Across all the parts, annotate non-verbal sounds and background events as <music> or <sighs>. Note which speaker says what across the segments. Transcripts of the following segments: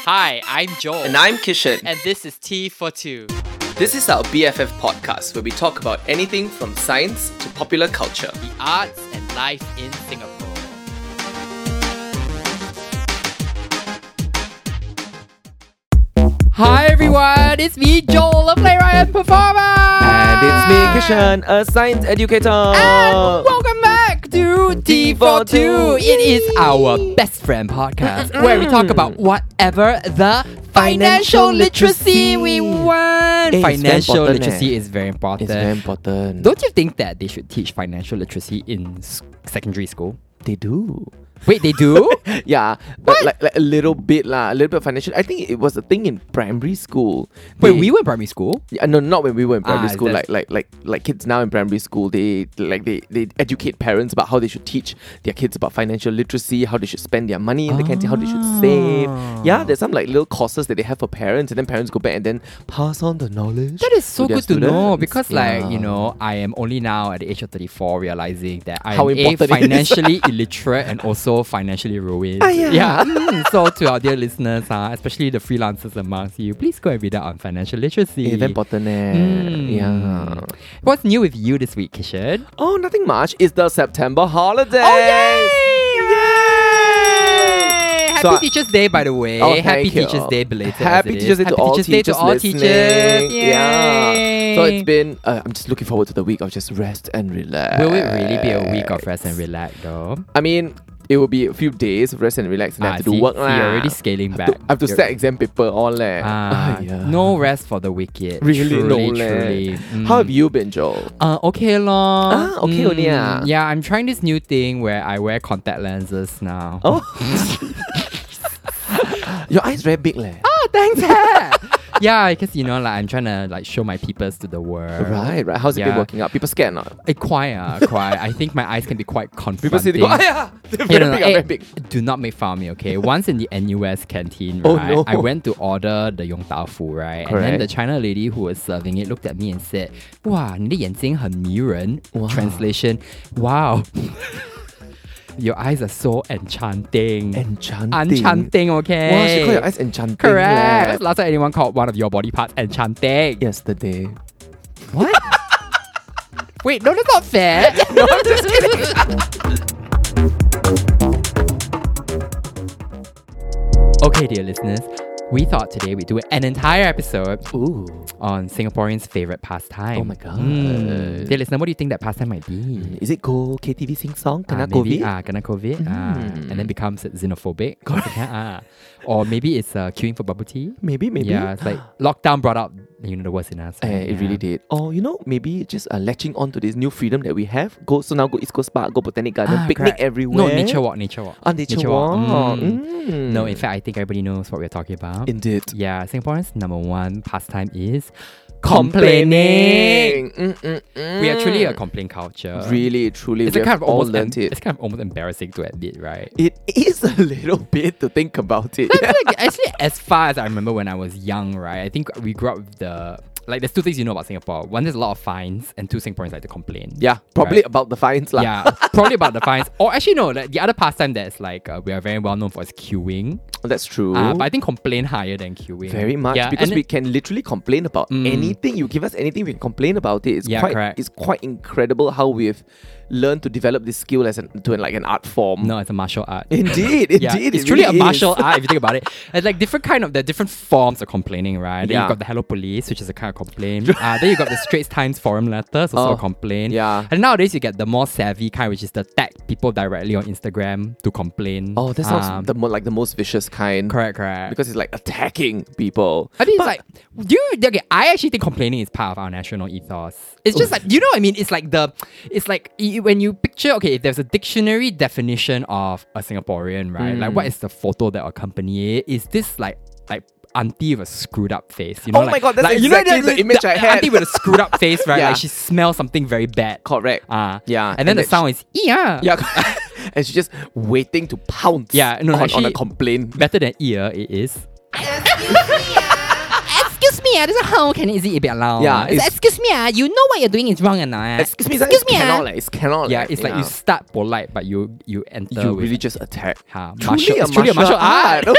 Speaker 1: Hi, I'm Joel.
Speaker 2: And I'm Kishan.
Speaker 1: And this is Tea for Two.
Speaker 2: This is our BFF podcast where we talk about anything from science to popular culture.
Speaker 1: The arts and life in Singapore. Hi everyone, it's me, Joel, a playwright and performer!
Speaker 3: And it's me, Kishan, a science educator.
Speaker 1: And welcome back to T for Two. It is our best friend podcast where we talk about whatever the financial
Speaker 3: Financial
Speaker 1: literacy
Speaker 3: literacy.
Speaker 1: we want.
Speaker 3: Eh, it's very
Speaker 1: Financial
Speaker 3: important,
Speaker 1: literacy
Speaker 3: eh.
Speaker 1: is very important.
Speaker 3: it's very important.
Speaker 1: Don't you think that they should teach financial literacy in s- secondary school?
Speaker 3: they do?
Speaker 1: Wait, they do?
Speaker 3: <laughs> Yeah, but like, like a little bit lah, a little bit of financial. I think it was a thing in primary school.
Speaker 1: <laughs> Wait,
Speaker 3: They-
Speaker 1: we were in primary school.
Speaker 3: Yeah, no, not when we were in primary
Speaker 1: Ah,
Speaker 3: school.
Speaker 1: that's-
Speaker 3: Like, like, like, like kids now in primary school, they like they they educate parents about how they should teach their kids about financial literacy, how they should spend their money in the canteen, how they should save.
Speaker 1: Ah.
Speaker 3: Yeah, there's some like little courses that they have for parents, and then parents go back and then pass on the knowledge.
Speaker 1: That is so
Speaker 3: their
Speaker 1: good to know
Speaker 3: students.
Speaker 1: because, like, you
Speaker 3: Yeah.
Speaker 1: know, I am only now at the age of 34 realizing that I
Speaker 3: How
Speaker 1: am A,
Speaker 3: important it is. <laughs>
Speaker 1: financially illiterate and also financially ruined.
Speaker 3: Ah, yeah.
Speaker 1: mm, so, to our dear listeners, uh, especially the freelancers amongst you, please go and read up on financial literacy.
Speaker 3: Eh, very important eh.
Speaker 1: Mm.
Speaker 3: Yeah.
Speaker 1: What's new with you this week, Kishan?
Speaker 3: Oh, nothing much. It's the September holidays.
Speaker 1: Oh, Yay! Happy
Speaker 3: So I-
Speaker 1: Teachers Day, by the way.
Speaker 3: Oh,
Speaker 1: Happy
Speaker 3: thank you.
Speaker 1: Teachers Day, belated.
Speaker 3: Happy
Speaker 1: as it
Speaker 3: Teachers
Speaker 1: is.
Speaker 3: Day to
Speaker 1: Happy
Speaker 3: all
Speaker 1: Teachers Day
Speaker 3: teachers
Speaker 1: to all
Speaker 3: listening.
Speaker 1: teachers.
Speaker 3: Yeah. So
Speaker 1: Yay.
Speaker 3: it's been. Uh, I'm just looking forward to the week of just rest and relax.
Speaker 1: Will it really be a week of rest and relax, though?
Speaker 3: I mean, it will be a few days of rest and relax, and I
Speaker 1: Ah,
Speaker 3: have to do
Speaker 1: see-
Speaker 3: work
Speaker 1: see,
Speaker 3: lah.
Speaker 1: you're already scaling
Speaker 3: Have
Speaker 1: back.
Speaker 3: To, I have to
Speaker 1: You're-
Speaker 3: set exam paper all leh. <laughs>
Speaker 1: Ah,
Speaker 3: Aiya.
Speaker 1: No rest for the wicked.
Speaker 3: Really,
Speaker 1: truly,
Speaker 3: no
Speaker 1: truly.
Speaker 3: leh.
Speaker 1: Mm.
Speaker 3: How have you been, Joel?
Speaker 1: Uh, okay lor.
Speaker 3: Ah, okay only ah.
Speaker 1: Yeah, I'm trying this new thing where I wear contact lenses now.
Speaker 3: Oh. <laughs> Your eyes very big leh.
Speaker 1: Ah, thanks. eh. yeah, because you know, like I'm trying to like show my peepers to the world.
Speaker 3: <laughs> Right, right. How's it
Speaker 1: Yeah.
Speaker 3: been working out? People scared or not?
Speaker 1: Eh, quiet, ah, quiet. I think my eyes can be quite confronting.
Speaker 3: People see they go, ah, <laughs> yeah, they're
Speaker 1: Yeah,
Speaker 3: very
Speaker 1: no, no,
Speaker 3: big, are
Speaker 1: eh,
Speaker 3: very big.
Speaker 1: Do not make fun of me, okay? Once in the NUS canteen,
Speaker 3: Oh,
Speaker 1: right?
Speaker 3: no.
Speaker 1: I went to order the Yong Tau Fu, right? And then
Speaker 3: Correct.
Speaker 1: the China lady who was serving it looked at me and said, Wow, 你的眼睛很迷人.
Speaker 3: Wow.
Speaker 1: Translation, wow. <laughs> Your eyes are so enchanting.
Speaker 3: Enchanting.
Speaker 1: Enchanting, okay?
Speaker 3: Wow, she called your eyes enchanting.
Speaker 1: Correct.
Speaker 3: leh.
Speaker 1: When's the Last time anyone called one of your body parts enchanting.
Speaker 3: Yesterday.
Speaker 1: What?
Speaker 3: <laughs>
Speaker 1: Wait, no, that's not fair. <laughs> no, I'm
Speaker 3: <laughs>
Speaker 1: just kidding. okay, dear listeners, we thought today we'd do an entire episode
Speaker 3: Ooh.
Speaker 1: on Singaporeans' favorite pastime. Mm.
Speaker 3: Oh my god.
Speaker 1: Dear listener, what do you think that pastime might be?
Speaker 3: Mm, Is it go KTV sing song? Kena
Speaker 1: Ah, maybe,
Speaker 3: COVID? Hmm.
Speaker 1: ah, kena COVID, ah, and then becomes xenophobic.
Speaker 3: <laughs>
Speaker 1: Ah. Or maybe it's uh, queuing for bubble tea.
Speaker 3: Maybe, maybe.
Speaker 1: Yeah, it's like lockdown brought out you know the worst in us.
Speaker 3: Eh,
Speaker 1: right?
Speaker 3: it really
Speaker 1: Yeah.
Speaker 3: did. Or you know, maybe just uh, latching on to this new freedom that we have. Go so now go East Coast Park, go Botanic Garden,
Speaker 1: Ah,
Speaker 3: picnic
Speaker 1: correct.
Speaker 3: everywhere.
Speaker 1: No, nature walk, nature walk.
Speaker 3: Ah, nature, walk.
Speaker 1: Mm.
Speaker 3: Mm.
Speaker 1: No, in fact, I think everybody knows what we're talking about.
Speaker 3: indeed.
Speaker 1: yeah, Singaporeans' number one pastime is complaining.
Speaker 3: Mm, mm, mm.
Speaker 1: We actually a complaint culture.
Speaker 3: really, truly,
Speaker 1: it's
Speaker 3: we
Speaker 1: a kind
Speaker 3: have
Speaker 1: of
Speaker 3: all
Speaker 1: almost em-
Speaker 3: learnt it.
Speaker 1: It's kind of almost embarrassing to admit,
Speaker 3: <laughs>
Speaker 1: right?
Speaker 3: It is a little bit to think about
Speaker 1: <laughs>
Speaker 3: it.
Speaker 1: I feel like actually, as far as I remember when I was young, right? I think we grew up with the like. There's two things you know about Singapore. One, there's a lot of fines, and two, Singaporeans like to complain.
Speaker 3: yeah, probably
Speaker 1: Right.
Speaker 3: about the fines lah.
Speaker 1: Yeah, probably about the fines. Or actually, no. Like, the other pastime that's like uh, we are very well known for is queuing.
Speaker 3: That's true.
Speaker 1: Uh, but I think complain higher than queuing.
Speaker 3: Very much
Speaker 1: Yeah,
Speaker 3: because
Speaker 1: and Mm.
Speaker 3: we can literally complain about anything. You give us anything, we can complain about it. It's
Speaker 1: Yeah,
Speaker 3: quite
Speaker 1: correct.
Speaker 3: it's quite incredible how we've learned to develop this skill as an to an, like an art form.
Speaker 1: No, it's a martial art.
Speaker 3: <laughs> Indeed,
Speaker 1: Yeah,
Speaker 3: indeed,
Speaker 1: it's
Speaker 3: it
Speaker 1: truly
Speaker 3: really
Speaker 1: a martial
Speaker 3: is.
Speaker 1: art if you think about
Speaker 3: <laughs>
Speaker 1: it. It's like different kind of the different forms of complaining, right? Then
Speaker 3: Yeah.
Speaker 1: you've got the Hello Police, which is a kind of complaint. uh, then you got the Straits Times forum letters, also
Speaker 3: Oh,
Speaker 1: a complaint.
Speaker 3: yeah.
Speaker 1: And nowadays you get the more savvy kind, which is the tag people directly on Instagram to complain.
Speaker 3: Oh, that sounds
Speaker 1: Um,
Speaker 3: the more like the most vicious kind.
Speaker 1: correct, correct.
Speaker 3: Because it's like attacking people.
Speaker 1: I mean,
Speaker 3: But-
Speaker 1: it's like, do you, okay, I actually think complaining is part of our national ethos. It's
Speaker 3: Oh.
Speaker 1: just like, you know what I mean? It's like the, it's like y- when you picture, okay, if there's a dictionary definition of a Singaporean, right? Like,
Speaker 3: Mm.
Speaker 1: what is the photo that accompany it? Is this like, like, Auntie with a screwed up face. You know,
Speaker 3: Oh my
Speaker 1: like-
Speaker 3: God, that's
Speaker 1: like,
Speaker 3: exactly the image I had.
Speaker 1: Auntie with a screwed up face,
Speaker 3: <laughs>
Speaker 1: right?
Speaker 3: Yeah.
Speaker 1: Like she smells something very bad.
Speaker 3: correct.
Speaker 1: Ah,
Speaker 3: Yeah,
Speaker 1: And then
Speaker 3: and
Speaker 1: the
Speaker 3: that
Speaker 1: sound is ah." yeah,
Speaker 3: yeah. <laughs> and she's just waiting to pounce
Speaker 1: Yeah, no,
Speaker 3: on, on
Speaker 1: actually-
Speaker 3: a complaint.
Speaker 1: Better than ear, it is. Excuse me, ah, this is how can is it be allowed?
Speaker 3: Yeah,
Speaker 1: ah? It's,
Speaker 3: it's-
Speaker 1: excuse me, ah, you know what you're doing is wrong and not.
Speaker 3: Excuse me, sir,
Speaker 1: excuse
Speaker 3: it's
Speaker 1: me,
Speaker 3: cannot,
Speaker 1: ah.
Speaker 3: like, it's cannot.
Speaker 1: Yeah,
Speaker 3: like,
Speaker 1: it's like you start polite, but you you enter
Speaker 3: you
Speaker 1: with
Speaker 3: really just attack.
Speaker 1: ha,
Speaker 3: Truly <laughs>
Speaker 1: martial, it's truly a martial art.
Speaker 3: art.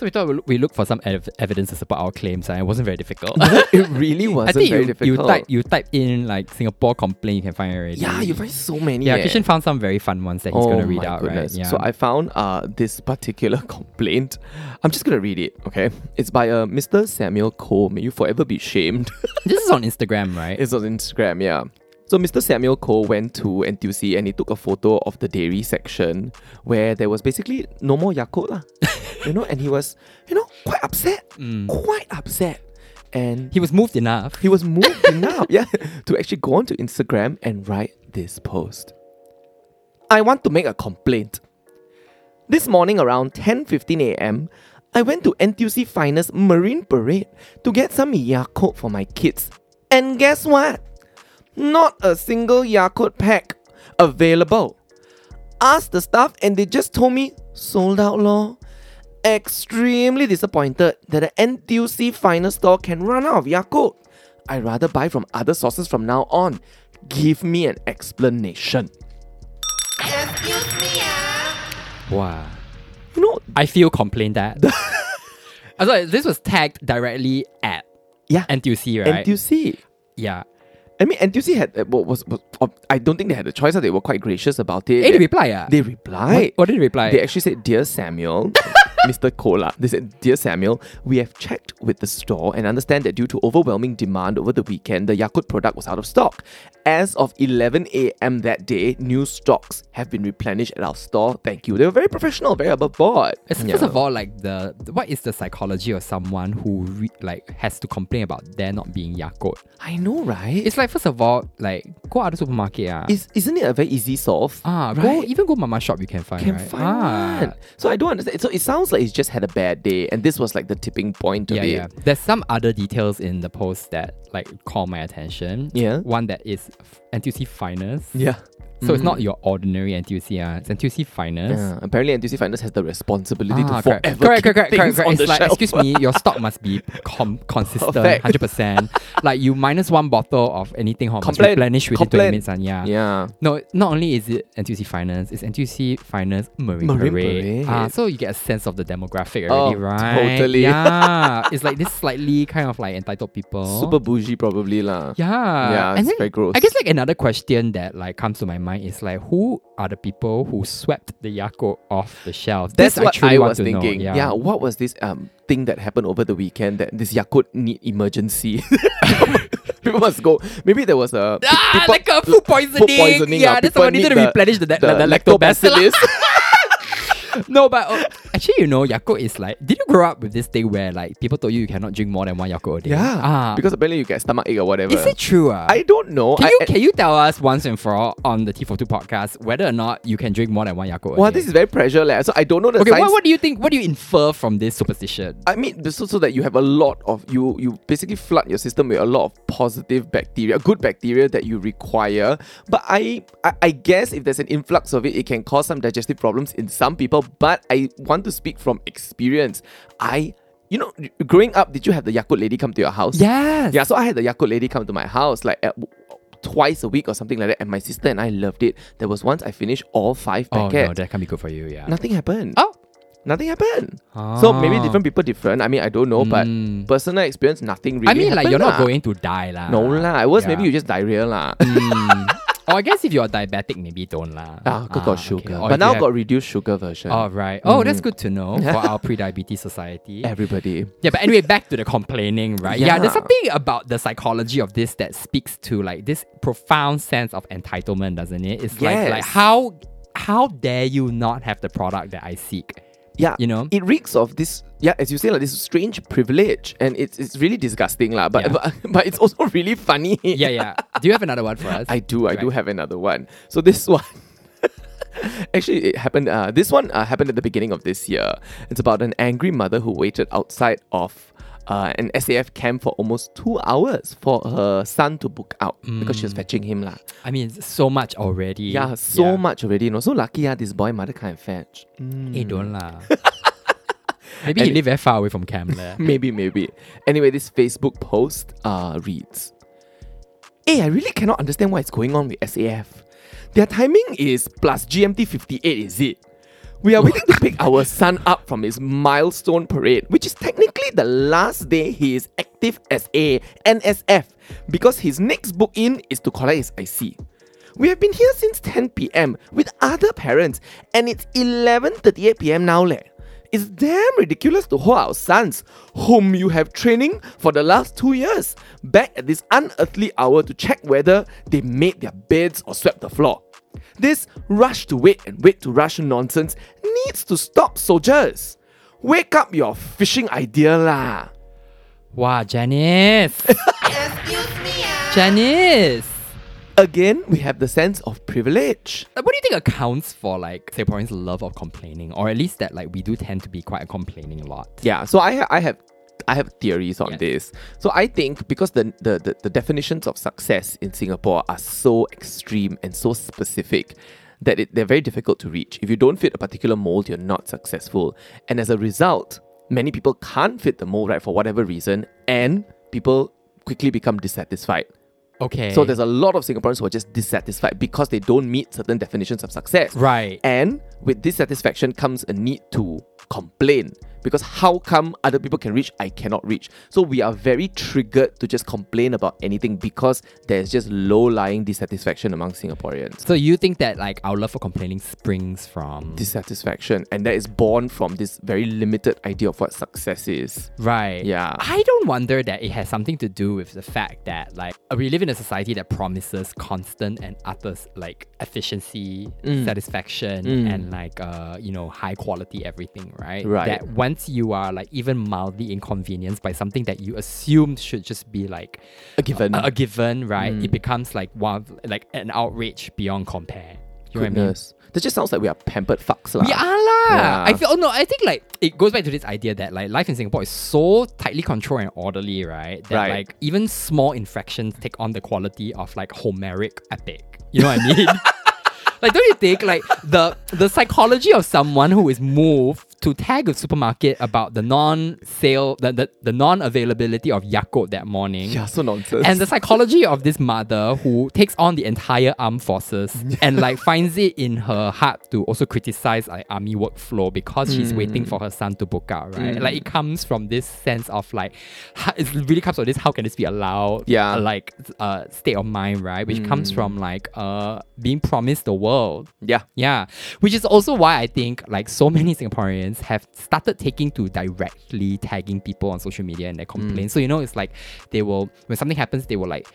Speaker 1: So we thought we'll- we look for some ev- evidence to support our claims, and it wasn't very difficult.
Speaker 3: it <laughs> really
Speaker 1: I
Speaker 3: wasn't
Speaker 1: think
Speaker 3: very
Speaker 1: you, you
Speaker 3: difficult.
Speaker 1: type you type in like Singapore complaint, you can find it already.
Speaker 3: yeah, you find so many.
Speaker 1: Yeah,
Speaker 3: eh.
Speaker 1: Kishan found some very fun ones that he's
Speaker 3: oh
Speaker 1: gonna read
Speaker 3: my
Speaker 1: out,
Speaker 3: goodness.
Speaker 1: right? Yeah.
Speaker 3: So I found uh, this particular <laughs> complaint. I'm just gonna read it. Okay, it's by uh, Mr. Samuel Cole. May you forever be shamed. <laughs>
Speaker 1: this is on Instagram, right?
Speaker 3: It's on Instagram, yeah. So Mr. Samuel Cole went to NTUC and he took a photo of the dairy section where there was basically no more
Speaker 1: <laughs>
Speaker 3: Yakult lah. you know, and he was, you know, quite upset.
Speaker 1: Mm.
Speaker 3: Quite upset. And
Speaker 1: He was moved enough.
Speaker 3: he was moved enough, <laughs> yeah, to actually go onto Instagram and write this post. I want to make a complaint. This morning around 10:15 a.m., I went to NTUC Finest Marine Parade to get some Yakult for my kids. And guess what? Not a single Yakult pack available. Asked the staff and they just told me sold out lor extremely disappointed that the NTUC Finest store can run out of Yakult. I'd rather buy from other sources from now on. Give me an explanation.
Speaker 1: Wow.
Speaker 3: You know,
Speaker 1: I feel complained that.
Speaker 3: <laughs>
Speaker 1: I was like, this was tagged directly at
Speaker 3: yeah,
Speaker 1: NTUC, right?
Speaker 3: NTUC.
Speaker 1: Yeah.
Speaker 3: I mean, NTUC had uh, wa- was, was uh, I don't think they had a choice. uh, They were quite gracious about it.
Speaker 1: Hey, they reply, yeah.
Speaker 3: They
Speaker 1: what,
Speaker 3: replied.
Speaker 1: what did they reply?
Speaker 3: They actually said,
Speaker 1: <laughs>
Speaker 3: Dear Samuel, Mr. Kola, they said, Dear Samuel, we have checked with the store and understand that due to overwhelming demand over the weekend, the Yakult product was out of stock. As of 11 a.m. that day, new stocks have been replenished at our store. Thank you. They were very professional, very above board.
Speaker 1: It's
Speaker 3: Yeah.
Speaker 1: first of all like the what is the psychology of someone who re- like has to complain about there not being Yakult?
Speaker 3: I know, right?
Speaker 1: It's like first of all like go out to supermarket ah.
Speaker 3: Is, isn't it a very easy solve?
Speaker 1: ah go
Speaker 3: right?
Speaker 1: even go mama shop you can find
Speaker 3: can
Speaker 1: right?
Speaker 3: find
Speaker 1: ah.
Speaker 3: one. So I don't understand. So it sounds like he's just had a bad day, and this was like the tipping point of
Speaker 1: Yeah,
Speaker 3: it.
Speaker 1: yeah. There's some other details in the post that like call my attention.
Speaker 3: Yeah.
Speaker 1: One that is f- NTUC Finest.
Speaker 3: Yeah.
Speaker 1: So it's not your ordinary NTUC, ah. it's NTUC Finest.
Speaker 3: Mm-hmm. Yeah, apparently, NTUC Finance has the responsibility
Speaker 1: Ah,
Speaker 3: to forever
Speaker 1: correct,
Speaker 3: keep
Speaker 1: correct, correct,
Speaker 3: things
Speaker 1: correct, correct.
Speaker 3: on
Speaker 1: It's
Speaker 3: the
Speaker 1: like,
Speaker 3: shelf.
Speaker 1: excuse me, your stock must be com- consistent,
Speaker 3: Perfect.
Speaker 1: hundred percent. Like you minus one bottle of anything, hor, must
Speaker 3: Complain,
Speaker 1: replenish within
Speaker 3: complain.
Speaker 1: twenty minutes, and yeah.
Speaker 3: <laughs> Yeah,
Speaker 1: No, not only is it NTUC Finance, it's NTUC Finance Marine,
Speaker 3: Marine
Speaker 1: Parade.
Speaker 3: Parade.
Speaker 1: Ah, so you get a sense of the demographic already,
Speaker 3: Oh,
Speaker 1: right?
Speaker 3: totally. <laughs>
Speaker 1: Yeah, it's like this slightly kind of like entitled people.
Speaker 3: super bougie probably lah.
Speaker 1: Oh. Yeah.
Speaker 3: Yeah,
Speaker 1: and
Speaker 3: it's
Speaker 1: then,
Speaker 3: very gross.
Speaker 1: I guess like another question that like comes to my mind is like, who are the people who swept the Yakult off the shelves?
Speaker 3: That's
Speaker 1: This
Speaker 3: what
Speaker 1: truly
Speaker 3: I
Speaker 1: want
Speaker 3: was
Speaker 1: to know.
Speaker 3: thinking. Yeah. what was this um thing that happened over the weekend that this Yakult need emergency? <laughs> people must go. Maybe there was a
Speaker 1: Ah,
Speaker 3: people-
Speaker 1: like a food poisoning.
Speaker 3: poisoning,
Speaker 1: yeah,
Speaker 3: ah,
Speaker 1: that's
Speaker 3: people
Speaker 1: why we need to
Speaker 3: need the-
Speaker 1: replenish the, the, the, lactobacillus.
Speaker 3: lactobacillus.
Speaker 1: <laughs> no, but uh, actually, you know, Yakult is like. Did you grow up with this thing where like people told you you cannot drink more than one Yakult a day?
Speaker 3: <laughs> yeah,
Speaker 1: Ah,
Speaker 3: because apparently you get stomach ache or whatever.
Speaker 1: is it true? Ah,
Speaker 3: I don't know.
Speaker 1: Can
Speaker 3: I-
Speaker 1: you
Speaker 3: I-
Speaker 1: can you tell us once and for all on the T42 podcast whether or not you can drink more than one Yakult? a
Speaker 3: Wow,
Speaker 1: day?
Speaker 3: this is very pressure, leh. So I don't know the
Speaker 1: okay.
Speaker 3: science.
Speaker 1: What, what do you think? What do you infer from this superstition?
Speaker 3: I mean, this also that you have a lot of you you basically flood your system with a lot of positive bacteria, good bacteria that you require. But I, I I guess if there's an influx of it, it can cause some digestive problems in some people. But I want to speak from experience. I you know growing up, did you have the Yakult lady come to your house?
Speaker 1: Yes.
Speaker 3: Yeah, so I had the Yakult lady come to my house like at, twice a week or something like that, and my sister and I loved it. There was once I finished all five
Speaker 1: Oh
Speaker 3: packets.
Speaker 1: no, that can be good for you. Yeah.
Speaker 3: Nothing happened.
Speaker 1: Oh. Ah.
Speaker 3: Nothing happened. So maybe different people different. I mean, I don't know, but personal experience, nothing really.
Speaker 1: Hmm. I mean, like
Speaker 3: happened
Speaker 1: you're not
Speaker 3: lah.
Speaker 1: going to die, lah.
Speaker 3: No lah. It was
Speaker 1: Yeah. Hmm.
Speaker 3: maybe you just diarrhea lah.
Speaker 1: Or Oh, I guess if you're diabetic, maybe don't lah.
Speaker 3: <laughs>
Speaker 1: Oh,
Speaker 3: ah, got, got sugar. But now got Mm. reduced sugar version.
Speaker 1: All right. Oh, that's good to know for our pre-diabetes
Speaker 3: <laughs>
Speaker 1: society.
Speaker 3: Everybody.
Speaker 1: Yeah, but anyway, back to the complaining, right? Yeah. there's
Speaker 3: Yeah.
Speaker 1: something about the psychology of this that speaks to like this profound sense of entitlement, doesn't it? It's like like
Speaker 3: Yes.
Speaker 1: how how dare you not have the product that I seek?
Speaker 3: Yeah.
Speaker 1: You know?
Speaker 3: It reeks of this. Yeah, as you say, like this strange privilege, and it's it's really disgusting lah. <laughs> But,
Speaker 1: Yeah.
Speaker 3: but but it's also really funny.
Speaker 1: Yeah,
Speaker 3: <laughs>
Speaker 1: yeah. Do you have another one for us?
Speaker 3: I do. I do
Speaker 1: Right.
Speaker 3: have another one. So this <laughs> one. Actually, it happened. Uh, this one uh, happened at the beginning of this year. It's about an angry mother who waited outside of uh, an SAF camp for almost two hours for her son to book out because she was fetching him. lah.
Speaker 1: I mean, so much already.
Speaker 3: Mm. Yeah, so much already. You know, so lucky ah, this boy mother can't fetch.
Speaker 1: Eh, don't lah. <laughs> Maybe he live very far away from <laughs> camp there.
Speaker 3: Maybe, maybe. Anyway, this Facebook post uh, reads Hey, I really cannot understand what's going on with SAF. Their timing is plus GMT 58, is it? We are waiting to pick our son up from his milestone parade, which is technically the last day he is active as a NSF, because his next book in is to collect his IC. We have been here since 10 p.m. with other parents, and it's 11:38 p.m. now, leh. It's damn ridiculous to hold our sons, whom you have training for the last two years, back at this unearthly hour to check whether they made their beds or swept the floor. This rush to wait and wait to rush nonsense needs to stop, soldiers. Wake up your fishing idea, lah.
Speaker 1: Wow,
Speaker 3: <laughs>
Speaker 1: Janice.
Speaker 3: ah.
Speaker 1: Janice.
Speaker 3: Again, we have the sense of privilege.
Speaker 1: Like, What do you think accounts for like Singaporeans' love of complaining, or at least that like we do tend to be quite a complaining lot?
Speaker 3: Yeah, so I ha- I have I have theories on
Speaker 1: Yeah.
Speaker 3: this. So I think because the, the the the definitions of success in Singapore are so extreme and so specific that it, they're very difficult to reach. If you don't fit a particular mold, you're not successful. And as a result, many people can't fit the mold right for whatever reason, and people quickly become dissatisfied.
Speaker 1: Okay.
Speaker 3: So there's a lot of Singaporeans who are just dissatisfied because they don't meet certain definitions of success.
Speaker 1: right.
Speaker 3: And with dissatisfaction comes a need to complain because how come other people can reach, I cannot reach? So we are very triggered to just complain about anything because there's just low lying dissatisfaction among Singaporeans.
Speaker 1: So you think that like our love for complaining springs from
Speaker 3: Dissatisfaction, and that is born from this very limited idea of what success is.
Speaker 1: right?
Speaker 3: Yeah.
Speaker 1: I don't wonder that it has something to do with the fact that like uh, we live in a society that promises constant and utter like efficiency, satisfaction, and like uh you know high quality everything, right?
Speaker 3: Right.
Speaker 1: That once you are like even mildly inconvenienced by something that you assumed should just be like
Speaker 3: A given.
Speaker 1: a, a given, right? It becomes like one of- like an outrage beyond compare. You know what I mean?
Speaker 3: Goodness. That just sounds like we are pampered fucks. lah.
Speaker 1: We are lah.
Speaker 3: Yeah.
Speaker 1: I feel. Oh no, I think like it goes back to this idea that like life in Singapore is so tightly controlled and orderly, right? That
Speaker 3: Right.
Speaker 1: like even small infractions take on the quality of like Homeric epic. You know what
Speaker 3: <laughs>
Speaker 1: I mean? like, don't you think like the the psychology of someone who is moved to tag a supermarket about the non-sale, the the, the non-availability of Yakult that morning?
Speaker 3: Yeah, so nonsense.
Speaker 1: And the psychology of this mother who takes on the entire armed forces and like finds it in her heart to also criticize like army workflow because she's waiting for her son to book out, right? Like it comes from this sense of like ha- it really comes from this how can this be allowed?
Speaker 3: Yeah.
Speaker 1: uh, like uh state of mind, right? Which comes from like uh being promised the world.
Speaker 3: yeah.
Speaker 1: Yeah, which is also why I think like so many Singaporeans have started taking to directly tagging people on social media and their complaints. So you know, it's like they will when something happens, they will like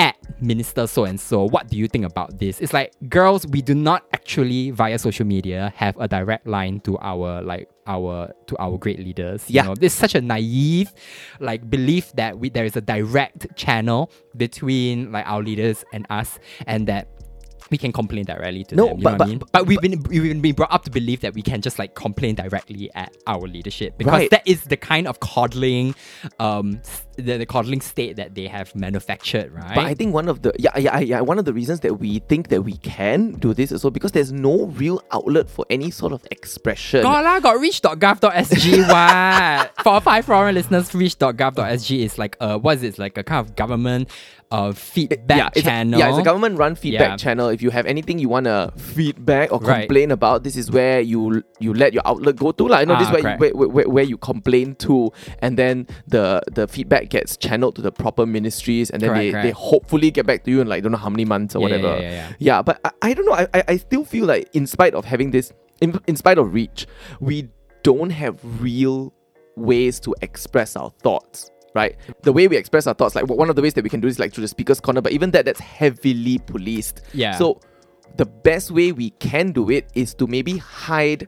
Speaker 1: at minister so and so. What do you think about this? It's like girls, we do not actually via social media have a direct line to our like our to our great leaders.
Speaker 3: Yeah.
Speaker 1: you know? this is such a naive like belief that we there is a direct channel between like our leaders and us, and that. We can complain directly to
Speaker 3: No,
Speaker 1: them, you
Speaker 3: but-
Speaker 1: know what
Speaker 3: but-
Speaker 1: I mean?
Speaker 3: but-
Speaker 1: But we've been we've been- been brought up to believe that we can just like complain directly at our leadership because
Speaker 3: Right.
Speaker 1: that is the kind of coddling, um, s- the, the coddling state that they have manufactured, right?
Speaker 3: But I think one of the yeah yeah yeah one of the reasons that we think that we can do this is so because there's no real outlet for any sort of expression.
Speaker 1: Got lah, got
Speaker 3: <laughs>
Speaker 1: reach.gov.sg what? For our five foreign listeners, reach.gov.sg is like a, what is it? It's like a kind of government uh, feedback
Speaker 3: yeah, it's
Speaker 1: channel.
Speaker 3: A, yeah, it's a government-run feedback
Speaker 1: Yeah.
Speaker 3: channel. If you have anything you want to feedback or
Speaker 1: Right.
Speaker 3: complain about, this is where you you let your outlet go to. Like, you know,
Speaker 1: Ah,
Speaker 3: this is where you,
Speaker 1: correct.
Speaker 3: where, where, where- where you complain to, and then the the feedback gets channeled to the proper ministries, and then
Speaker 1: Correct,
Speaker 3: they,
Speaker 1: correct.
Speaker 3: they hopefully get back to you in like don't know how many months or
Speaker 1: Yeah, yeah,
Speaker 3: whatever.
Speaker 1: yeah, yeah, yeah.
Speaker 3: Yeah, but I, I don't know. I, I, I still feel like, in spite of having this, in, in spite of reach, we don't have real ways to express our thoughts, right? The way we express our thoughts, like one of the ways that we can do is like through the speaker's corner, but even that, that's heavily policed.
Speaker 1: Yeah.
Speaker 3: So the best way we can do it is to maybe hide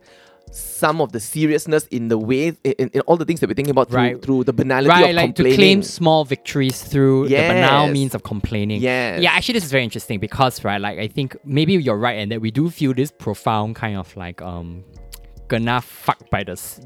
Speaker 3: some of the seriousness in the way in, in, in all the things that we're thinking about through,
Speaker 1: Right.
Speaker 3: through the banality
Speaker 1: right,
Speaker 3: of
Speaker 1: like to
Speaker 3: complaining.
Speaker 1: claim small victories through the banal
Speaker 3: Yes.
Speaker 1: means of complaining.
Speaker 3: Yes.
Speaker 1: Yeah, actually, this is very interesting because, right, like I think maybe you're right, and that we do feel this profound kind of like um. Gonna fucked by the s-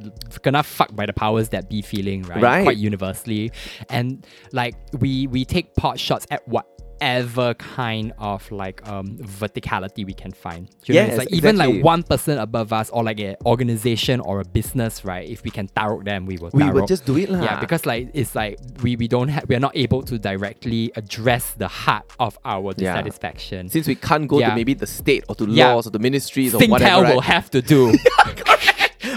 Speaker 1: gonna fucked by the powers that be feeling right,
Speaker 3: Right.
Speaker 1: quite universally, and like we we take pot shots at what whatever kind of like um verticality we can find. Do you know what I mean? it's
Speaker 3: Yes,
Speaker 1: like even
Speaker 3: exactly.
Speaker 1: like one person above us or like an organization or a business, right? If we can tarot them, we will
Speaker 3: We
Speaker 1: tarot.
Speaker 3: will just do it lah.
Speaker 1: Yeah, because like it's like we we don't have we're not able to directly address the heart of our
Speaker 3: Yeah.
Speaker 1: dissatisfaction.
Speaker 3: Since we can't go to
Speaker 1: Yeah.
Speaker 3: maybe the state or to
Speaker 1: Yeah.
Speaker 3: laws or the ministries or
Speaker 1: Singtel
Speaker 3: whatever,
Speaker 1: will
Speaker 3: right?
Speaker 1: have to
Speaker 3: <laughs>
Speaker 1: do.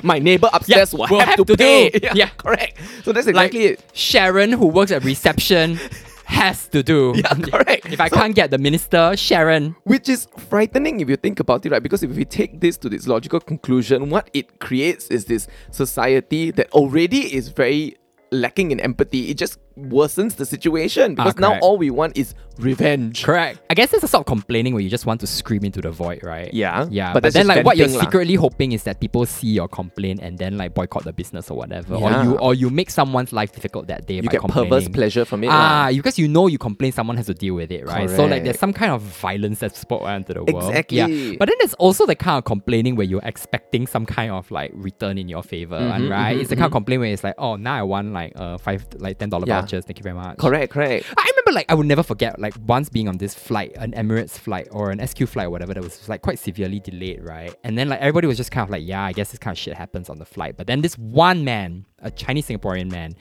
Speaker 3: my neighbor upstairs will,
Speaker 1: will
Speaker 3: have,
Speaker 1: have
Speaker 3: to,
Speaker 1: to do.
Speaker 3: pay.
Speaker 1: <laughs> Yeah.
Speaker 3: correct. So that's exactly it.
Speaker 1: Sharon, who works at
Speaker 3: <laughs>
Speaker 1: reception, has to do.
Speaker 3: Yeah, correct.
Speaker 1: If I
Speaker 3: So-
Speaker 1: can't get the minister, Sharon.
Speaker 3: Which is frightening if you think about it, right? Because if we take this to its logical conclusion, what it creates is this society that already is very lacking in empathy. It just worsens the situation because now
Speaker 1: Ah, correct.
Speaker 3: all we want is revenge.
Speaker 1: Correct. I guess there's a sort of complaining where you just want to scream into the void, right?
Speaker 3: Yeah.
Speaker 1: Yeah.
Speaker 3: But
Speaker 1: But,
Speaker 3: that's
Speaker 1: then
Speaker 3: just
Speaker 1: like what you're
Speaker 3: venting lah.
Speaker 1: secretly hoping is that people see your complaint and then like boycott the business or whatever.
Speaker 3: Yeah.
Speaker 1: Or you or you make someone's life difficult that day
Speaker 3: You
Speaker 1: by
Speaker 3: get
Speaker 1: complaining.
Speaker 3: perverse pleasure from it.
Speaker 1: Ah,
Speaker 3: lah.
Speaker 1: because you know you complain, someone has to deal with it, right? So like
Speaker 3: Correct.
Speaker 1: there's some kind of violence that's put out into the world.
Speaker 3: Exactly.
Speaker 1: Yeah. But then there's also the kind of complaining where you're expecting some kind of like return in your favor,
Speaker 3: Mm-hmm,
Speaker 1: and right? it's the kind of complaint where it's like, oh, now I want like uh five like ten dollar
Speaker 3: Yeah.
Speaker 1: vouchers. Thank you very much.
Speaker 3: Correct, correct.
Speaker 1: I remember like I would never forget like once being on this flight, an Emirates flight or an SQ flight or whatever that was like quite severely delayed, right? And then like everybody was just kind of like, yeah, I guess this kind of shit happens on the flight. But then this one man, a Chinese Singaporean man,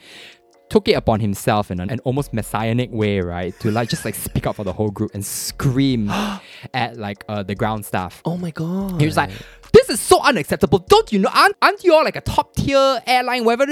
Speaker 1: took it upon himself in an, an almost messianic way, right? To like just like speak up for the whole group and scream <gasps> at like uh, the ground staff.
Speaker 3: Oh my god.
Speaker 1: He was like, this is so unacceptable. Don't you know? Aren't, aren't you all like a top tier airline? Whatever.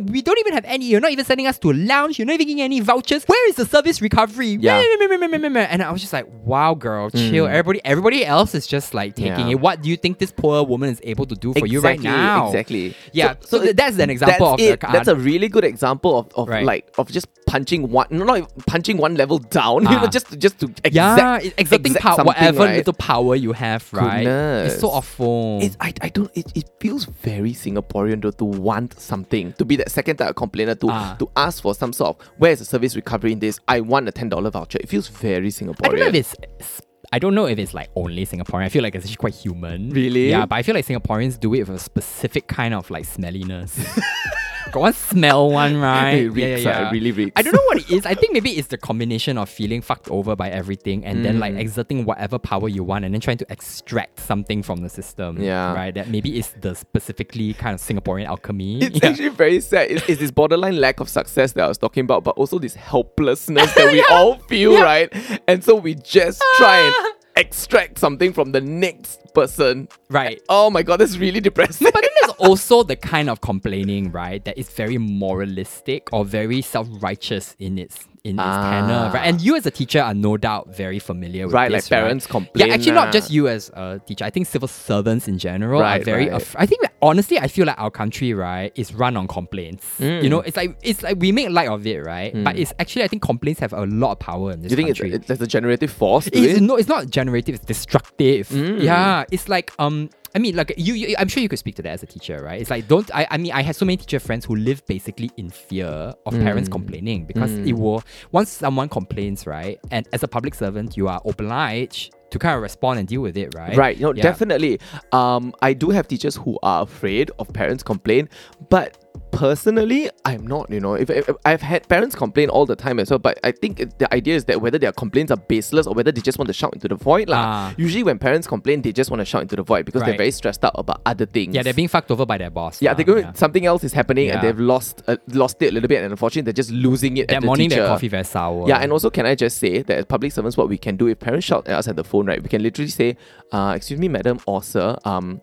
Speaker 1: We don't even have any. You're not even sending us to a lounge. You're not even getting any vouchers. Where is the service recovery?
Speaker 3: Yeah. Mm.
Speaker 1: And I was just like, wow, girl, chill. Everybody, everybody else is just like taking
Speaker 3: Yeah.
Speaker 1: it. What do you think this poor woman is able to do for you right now?
Speaker 3: Exactly.
Speaker 1: Yeah, so th-
Speaker 3: it-
Speaker 1: that's an example
Speaker 3: that's
Speaker 1: of the
Speaker 3: it.
Speaker 1: ca-
Speaker 3: That's a really good example of, of
Speaker 1: Right.
Speaker 3: like of just punching one no, not even punching one level down. <laughs> You know,
Speaker 1: Ah.
Speaker 3: just to- just to exact,
Speaker 1: Yeah, it- exerting
Speaker 3: exact
Speaker 1: power,
Speaker 3: something,
Speaker 1: whatever
Speaker 3: right?
Speaker 1: little power you have, right?
Speaker 3: Goodness.
Speaker 1: It's so awful.
Speaker 3: It's, I, I don't it, it feels very Singaporean though to want something to be that second type of complainer to
Speaker 1: Ah.
Speaker 3: to ask for some sort of where is the service recovery in this I want a ten dollar voucher it feels very Singaporean
Speaker 1: I don't know if it's. it's- I don't know if it's like only Singaporean. I feel like it's actually quite human.
Speaker 3: Really?
Speaker 1: Yeah, but I feel like Singaporeans do it with a specific kind of like smelliness.
Speaker 3: <laughs>
Speaker 1: <laughs> Got one smell one, right?
Speaker 3: It reeks, ah, it really reeks.
Speaker 1: I don't know what it is. I think maybe it's the combination of feeling fucked over by everything and then
Speaker 3: Mm.
Speaker 1: like exerting whatever power you want and then trying to extract something from the system.
Speaker 3: Yeah.
Speaker 1: Right? That maybe is the specifically kind of Singaporean alchemy.
Speaker 3: <laughs> It's
Speaker 1: Yeah.
Speaker 3: actually very sad. It's, it's this borderline lack of success that I was talking about, but also this helplessness
Speaker 1: <laughs>
Speaker 3: that we all feel, right? And so we just
Speaker 1: Ah.
Speaker 3: try and extract something from the next person.
Speaker 1: <laughs> Right.
Speaker 3: Oh my god, that's really depressing.
Speaker 1: <laughs> But then there's also the kind of complaining, right, that is very moralistic or very self-righteous in its in its
Speaker 3: Ah.
Speaker 1: tenor, right? And you as a teacher are no doubt very familiar with
Speaker 3: Right, like
Speaker 1: this,
Speaker 3: parents complain
Speaker 1: Yeah, actually,
Speaker 3: lah.
Speaker 1: not just you as a teacher. I think civil servants in general
Speaker 3: Right,
Speaker 1: are very.
Speaker 3: right.
Speaker 1: Af- I think that, honestly, I feel like our country, right, is run on complaints.
Speaker 3: Mm.
Speaker 1: You know, it's like it's like we make light of it, right? But it's actually I think complaints have a lot of power in this
Speaker 3: Do Mm. you think it's,
Speaker 1: country.
Speaker 3: it's there's a generative force to
Speaker 1: It's,
Speaker 3: it?
Speaker 1: no, it's not generative. It's destructive.
Speaker 3: Mm.
Speaker 1: Yeah, it's like um. I mean, like you, you, I'm sure you could speak to that as a teacher, right? It's like don't. I, I mean, I had so many teacher friends who live basically in fear of
Speaker 3: Mm.
Speaker 1: parents complaining because it will. Once someone complains, right, and as a public servant, you are obliged to kind of respond and deal with it, right?
Speaker 3: Right, no,
Speaker 1: Yeah.
Speaker 3: definitely. Um, I do have teachers who are afraid of parents complain, but personally, I'm not. You know, if, if if- I've had parents complain all the time as well, but I think it- the idea is that whether their complaints are baseless or whether they just want to shout into the void, lah.
Speaker 1: Ah.
Speaker 3: Usually, when parents complain, they just want to shout into the void because they're
Speaker 1: Right.
Speaker 3: very stressed out about other things.
Speaker 1: Yeah, they're being fucked over by their boss.
Speaker 3: Yeah,
Speaker 1: lah,
Speaker 3: they're going. Something else is happening, and
Speaker 1: Yeah.
Speaker 3: they've lost uh, lost it a little bit, and unfortunately, they're just losing it. at
Speaker 1: That
Speaker 3: the
Speaker 1: morning,
Speaker 3: teacher.
Speaker 1: their coffee very sour.
Speaker 3: Yeah, and also can I just say that as public servants, what we can do if parents shout at us at the phone, right? We can literally say, uh, "Excuse me, madam or sir, um,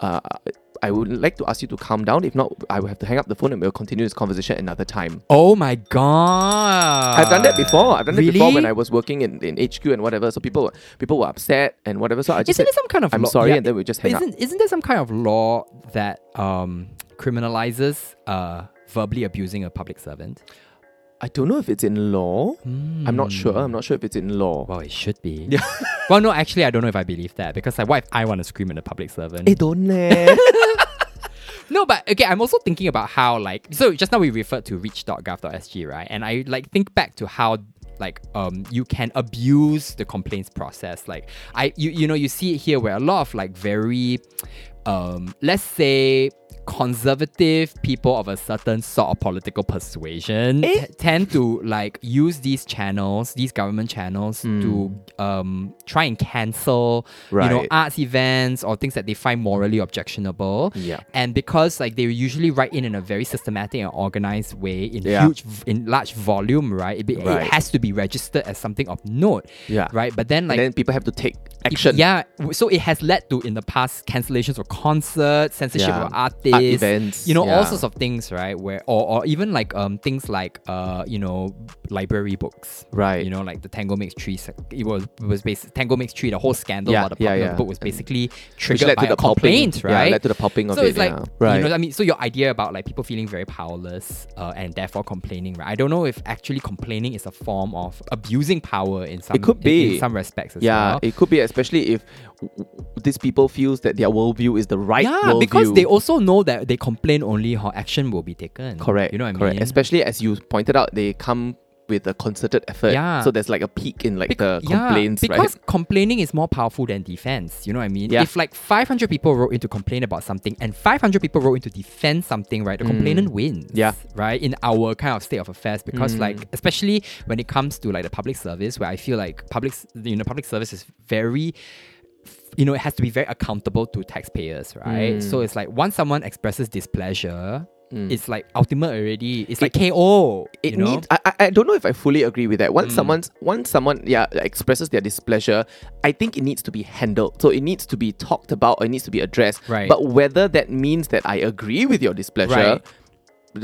Speaker 3: uh, I would like to ask you to calm down. If not, I will have to hang up the phone and we'll continue this conversation another time."
Speaker 1: oh my god,
Speaker 3: I've done that before. I've done
Speaker 1: really?
Speaker 3: that before when I was working in, in HQ and whatever. So people were- people were upset and whatever. So I just
Speaker 1: Isn't there
Speaker 3: said,
Speaker 1: some kind of
Speaker 3: I'm
Speaker 1: law?
Speaker 3: sorry, and then we just
Speaker 1: but
Speaker 3: hang up.
Speaker 1: isn't, Isn't there some kind of law that um, criminalizes uh, verbally abusing a public servant?
Speaker 3: I don't know if it's in law. I'm
Speaker 1: Hmm.
Speaker 3: not sure. I'm not sure if it's in law.
Speaker 1: Well, it should be. Yeah. <laughs> well, no, actually, I don't know if I believe that because like, what if I want to scream at a public servant?
Speaker 3: Eh, don't leh.
Speaker 1: no, but okay, I'm also thinking about how like so just now we referred to reach.gov.sg, right? And I like think back to how like um you can abuse the complaints process. Like I you you know you see it here where a lot of like very um let's say conservative people of a certain sort of political persuasion
Speaker 3: Eh?
Speaker 1: t- tend to like use these channels, these government channels,
Speaker 3: Hmm.
Speaker 1: to um, try and cancel, you know,
Speaker 3: Right.
Speaker 1: arts events or things that they find morally objectionable.
Speaker 3: Yeah.
Speaker 1: And because like they usually write in in a very systematic and organized way in
Speaker 3: Yeah.
Speaker 1: huge, v- in large volume, right? It, be- it
Speaker 3: Right.
Speaker 1: has to be registered as something of note.
Speaker 3: Yeah.
Speaker 1: Right. But then <laughs> like.
Speaker 3: and then people have to take
Speaker 1: If-
Speaker 3: action.
Speaker 1: Yeah, w- so it has led to in the past cancellations of concerts, censorship
Speaker 3: Yeah.
Speaker 1: of
Speaker 3: Art
Speaker 1: artists,
Speaker 3: events,
Speaker 1: you know, all
Speaker 3: yeah.
Speaker 1: sorts of things, right? Where or, or even like um things like uh you know library books,
Speaker 3: Right.
Speaker 1: You know, like the Tango Makes Tree. sec- It was it was based Tango Makes Tree. The whole scandal
Speaker 3: Yeah,
Speaker 1: about the
Speaker 3: yeah,
Speaker 1: pulping of
Speaker 3: yeah.
Speaker 1: the book was
Speaker 3: And-
Speaker 1: basically
Speaker 3: Which
Speaker 1: triggered
Speaker 3: led
Speaker 1: by
Speaker 3: to the
Speaker 1: a complaint,
Speaker 3: pulping.
Speaker 1: right?
Speaker 3: Yeah, led to the pulping of
Speaker 1: so
Speaker 3: it.
Speaker 1: it's like
Speaker 3: yeah.
Speaker 1: you
Speaker 3: Right.
Speaker 1: know, I mean, so your idea about like people feeling very powerless uh, and therefore complaining, right? I don't know if actually complaining is a form of abusing power in some
Speaker 3: could
Speaker 1: in- in,
Speaker 3: be.
Speaker 1: some respects as
Speaker 3: yeah,
Speaker 1: well.
Speaker 3: it could be especially if w- w- these people feels that their worldview is the right
Speaker 1: yeah,
Speaker 3: worldview.
Speaker 1: because they also know that they complain only how action will be taken.
Speaker 3: correct.
Speaker 1: You know what
Speaker 3: correct.
Speaker 1: I mean?
Speaker 3: Especially as you pointed out, they come with a concerted effort.
Speaker 1: Yeah.
Speaker 3: So there's like a peak in like
Speaker 1: Bec-
Speaker 3: the
Speaker 1: yeah,
Speaker 3: complaints,
Speaker 1: because
Speaker 3: right?
Speaker 1: complaining is more powerful than defense. You know what I mean?
Speaker 3: Yeah.
Speaker 1: If like 500 people wrote in to complain about something and 500 people wrote in to defend something, right, the complainant wins.
Speaker 3: Mm. Yeah. Mm.
Speaker 1: Right? In our kind of state of affairs, because like, especially when it comes to like the public service, where I feel like public, s- you know, public service is very you know, it has to be very accountable to taxpayers, right? So
Speaker 3: Mm.
Speaker 1: it's like once someone expresses displeasure, it's like ultimate already. It's like KO.
Speaker 3: It
Speaker 1: you know? Mm.
Speaker 3: needs. I, I I don't know if I fully agree with that. Once someone's once someone yeah expresses their displeasure, I think it needs to be handled. So it needs to be talked about. Or it needs to be addressed.
Speaker 1: Right.
Speaker 3: But whether that means that I agree with your displeasure.
Speaker 1: Right.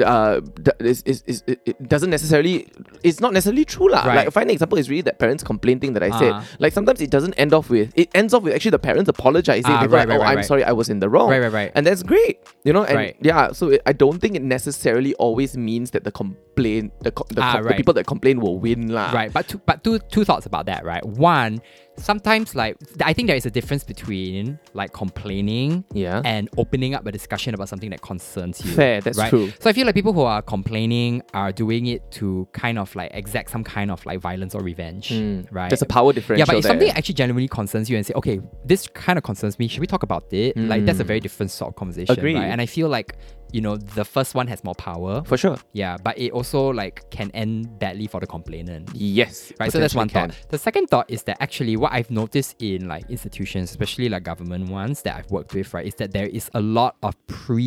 Speaker 3: Uh, d- is, is, is, it it doesn't necessarily it's not necessarily true lah.
Speaker 1: Right.
Speaker 3: Like a fine example is really that parents complain thing that I
Speaker 1: Ah.
Speaker 3: said. Like sometimes it doesn't end off with it ends off with actually the parents apologizing.
Speaker 1: Ah,
Speaker 3: They go
Speaker 1: right,
Speaker 3: like,
Speaker 1: right,
Speaker 3: oh
Speaker 1: right,
Speaker 3: I'm
Speaker 1: right.
Speaker 3: sorry I was in the wrong.
Speaker 1: Right, right, right.
Speaker 3: And that's great. You know and
Speaker 1: Right.
Speaker 3: yeah, so it, I don't think it necessarily always means that the complaint, the, co- the,
Speaker 1: Ah,
Speaker 3: com- the
Speaker 1: right.
Speaker 3: people that complain will win lah.
Speaker 1: Right, but two, but two two thoughts about that. Right, one sometimes like th- I think there is a difference between like complaining
Speaker 3: Yeah.
Speaker 1: and opening up a discussion about something that concerns you.
Speaker 3: Fair, that's
Speaker 1: right?
Speaker 3: true.
Speaker 1: So I feel like people who are complaining are doing it to kind of like exact some kind of like violence or revenge. Right,
Speaker 3: Hmm. There's a power
Speaker 1: yeah,
Speaker 3: differential
Speaker 1: but if
Speaker 3: there.
Speaker 1: something actually genuinely concerns you and say, okay, this kind of concerns me, should we talk about it? Like that's a very different sort of conversation.
Speaker 3: Hmm. Agreed.
Speaker 1: Right? And I feel like you know the first one has more power.
Speaker 3: For sure.
Speaker 1: yeah, but it also like can end badly for the complainant.
Speaker 3: Yes.
Speaker 1: Right, so that's one
Speaker 3: potentially
Speaker 1: thought. The second thought is that actually what I've noticed in like institutions, especially like government ones that I've worked with, right, is that there is a lot of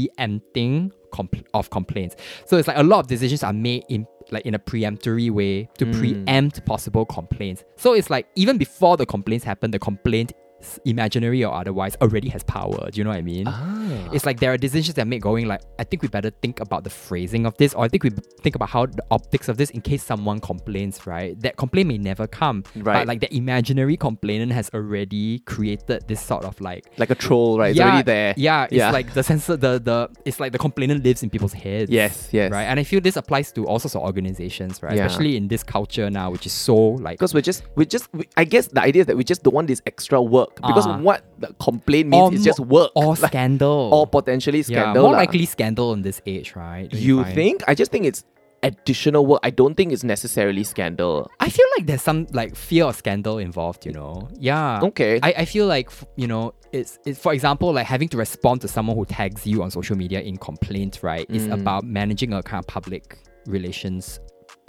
Speaker 1: preempting compl- of complaints. So it's like a lot of decisions are made in like in a preemptory way to preempt possible complaints. So it's like even before the complaints happen, the complaint s- imaginary or otherwise already has power do you know what i mean
Speaker 3: Ah.
Speaker 1: it's like there are decisions that are made going like i think we better think about the phrasing of this or i think we b- think about how the optics of this in case someone complains right that complaint may never come
Speaker 3: Right.
Speaker 1: but like the imaginary complainant has already created this sort of like
Speaker 3: Like a troll, right? It's already there.
Speaker 1: yeah, it's
Speaker 3: Yeah.
Speaker 1: like the censor, the the it's like the complainant lives in people's heads.
Speaker 3: Yes, yes.
Speaker 1: Right, and I feel this applies to all sorts of organizations, right?
Speaker 3: Yeah.
Speaker 1: Especially in this culture now, which is so like
Speaker 3: Because we're just, we just, we, I guess the idea is that we just don't want this extra work. Because
Speaker 1: Ah.
Speaker 3: what the complaint means is
Speaker 1: mo-
Speaker 3: just work.
Speaker 1: or
Speaker 3: <laughs> Like,
Speaker 1: scandal,
Speaker 3: or potentially scandal.
Speaker 1: Yeah, more
Speaker 3: lah.
Speaker 1: likely scandal in this age, right? Don't
Speaker 3: You
Speaker 1: find?
Speaker 3: think? I just think it's additional work. I don't think it's necessarily scandal.
Speaker 1: I feel like there's some like fear of scandal involved, you know. Yeah.
Speaker 3: Okay.
Speaker 1: I, I feel like f- you know it's, it's for example like having to respond to someone who tags you on social media in complaint, right? Is
Speaker 3: Mm.
Speaker 1: about managing a kind of public relations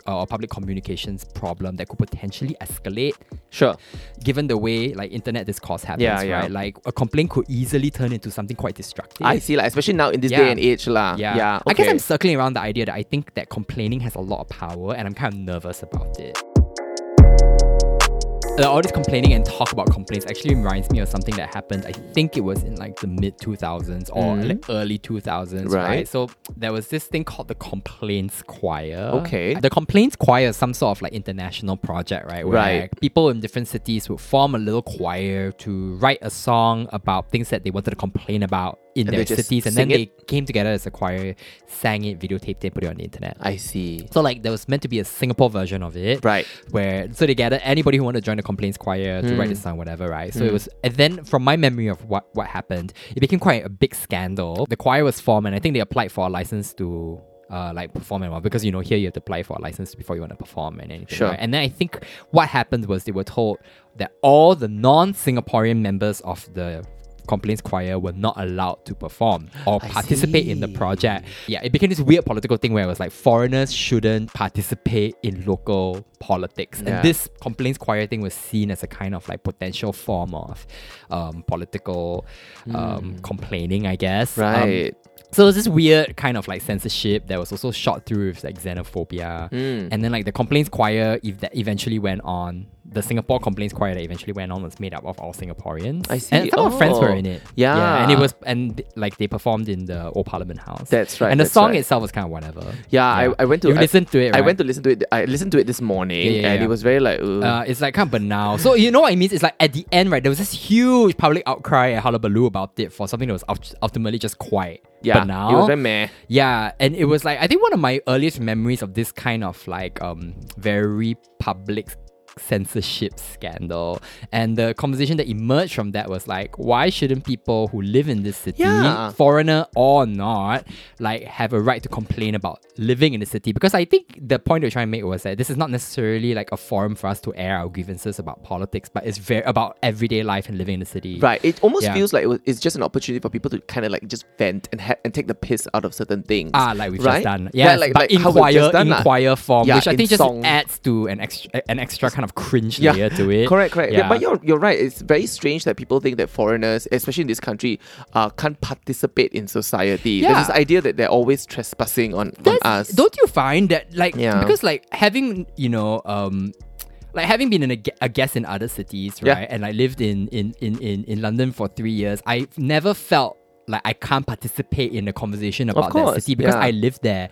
Speaker 1: uh, or public communications problem that could potentially escalate
Speaker 3: Sure.
Speaker 1: given the way like internet discourse happens,
Speaker 3: Yeah, yeah.
Speaker 1: right? Like a complaint could easily turn into something quite destructive.
Speaker 3: I see, like, especially now in this
Speaker 1: Yeah.
Speaker 3: day and age, lah.
Speaker 1: Yeah.
Speaker 3: yeah
Speaker 1: I guess
Speaker 3: okay.
Speaker 1: I'm circling around the idea that I think that complaining has a lot of power and I'm kind of nervous about it. Uh, all this complaining and talk about complaints actually reminds me of something that happened. I think it was in like the mid 2000s or like early 2000s, right.
Speaker 3: Mm. Right.
Speaker 1: So there was this thing called the Complaints Choir.
Speaker 3: Okay.
Speaker 1: The Complaints Choir is some sort of like international project, right? Where
Speaker 3: Right.
Speaker 1: people in different cities would form a little choir to write a song about things that they wanted to complain about in
Speaker 3: And
Speaker 1: their
Speaker 3: they just
Speaker 1: cities and
Speaker 3: sing
Speaker 1: then they came together as a choir, sang it, videotaped it, put it on the internet.
Speaker 3: I see.
Speaker 1: So like there was meant to be a Singapore version of it,
Speaker 3: Right.
Speaker 1: Where so they gathered anybody who wanted to join the complaints choir to
Speaker 3: Mm.
Speaker 1: write a song, whatever, right? So it was, and then from my memory of what what happened, it became quite a big scandal. The choir was formed, and I think they applied for a license to. Uh, like perform and all because you know here you have to apply for a license before you want to perform and anything
Speaker 3: Sure.
Speaker 1: right? and then I think what happened was they were told that all the non-Singaporean members of the complaints choir were not allowed to perform or participate in the project. Yeah, it became this weird political thing where it was like foreigners shouldn't participate in local politics.
Speaker 3: Yeah.
Speaker 1: And this complaints choir thing was seen as a kind of like potential form of um, political um, complaining, I guess. Um,
Speaker 3: Hmm. Right.
Speaker 1: so it was this weird kind of like censorship that was also shot through with like xenophobia. mm.
Speaker 3: Hmm.
Speaker 1: And then like the complaints choir if that eventually went on. The Singapore complaints choir that eventually went on was made up of all Singaporeans.
Speaker 3: I
Speaker 1: And
Speaker 3: see.
Speaker 1: some of our friends were
Speaker 3: Oh.
Speaker 1: in it.
Speaker 3: Yeah.
Speaker 1: And it was and th- like they performed in the old Parliament House.
Speaker 3: That's right,
Speaker 1: And the
Speaker 3: that's
Speaker 1: song
Speaker 3: right.
Speaker 1: itself was kind of whatever.
Speaker 3: yeah, I, I went to
Speaker 1: you
Speaker 3: I,
Speaker 1: listened to it.
Speaker 3: I
Speaker 1: right?
Speaker 3: went to listen to it. I listened to it this morning,
Speaker 1: Yeah, yeah,
Speaker 3: and
Speaker 1: yeah.
Speaker 3: it was very like. ugh.
Speaker 1: Uh, it's like kind of banal. So you know what it means? It's like at the end, right? There was this huge public outcry at Hullabaloo about it for something that was ult- ultimately just quite
Speaker 3: yeah,
Speaker 1: banal.
Speaker 3: it was very meh.
Speaker 1: Yeah, and it was like I think one of my earliest memories of this kind of like um very public censorship scandal. And the conversation that emerged from that was like, why shouldn't people who live in this city,
Speaker 3: Yeah.
Speaker 1: foreigner or not, like have a right to complain about living in the city? Because I think the point they were trying to make was that this is not necessarily like a forum for us to air our grievances about politics, but it's very about everyday life and living in the city.
Speaker 3: Right. It almost
Speaker 1: Yeah.
Speaker 3: feels like it was, it's just an opportunity for people to kind of like just vent and ha- and take the piss out of certain things.
Speaker 1: Ah, like we've
Speaker 3: right?
Speaker 1: just done.
Speaker 3: Yeah,
Speaker 1: Yeah,
Speaker 3: like-
Speaker 1: but
Speaker 3: like
Speaker 1: in
Speaker 3: how we've
Speaker 1: choir,
Speaker 3: just done
Speaker 1: in
Speaker 3: lah.
Speaker 1: choir form,
Speaker 3: Yeah,
Speaker 1: which I
Speaker 3: in
Speaker 1: think just
Speaker 3: song.
Speaker 1: adds to an extra, an extra kind of cringe
Speaker 3: Yeah.
Speaker 1: layer to it.
Speaker 3: Correct, correct. Yeah. but you're you're right. It's very strange that people think that foreigners, especially in this country, uh, can't participate in society.
Speaker 1: Yeah.
Speaker 3: There's this idea that they're always trespassing on, on us.
Speaker 1: That's- Don't you find that like
Speaker 3: Yeah.
Speaker 1: because like having you know um like having been in a, gue- a guest in other cities
Speaker 3: Yeah.
Speaker 1: right and I lived in in in in in London for three years I have never felt like I can't participate in a conversation about
Speaker 3: course,
Speaker 1: that city because
Speaker 3: yeah.
Speaker 1: I live there.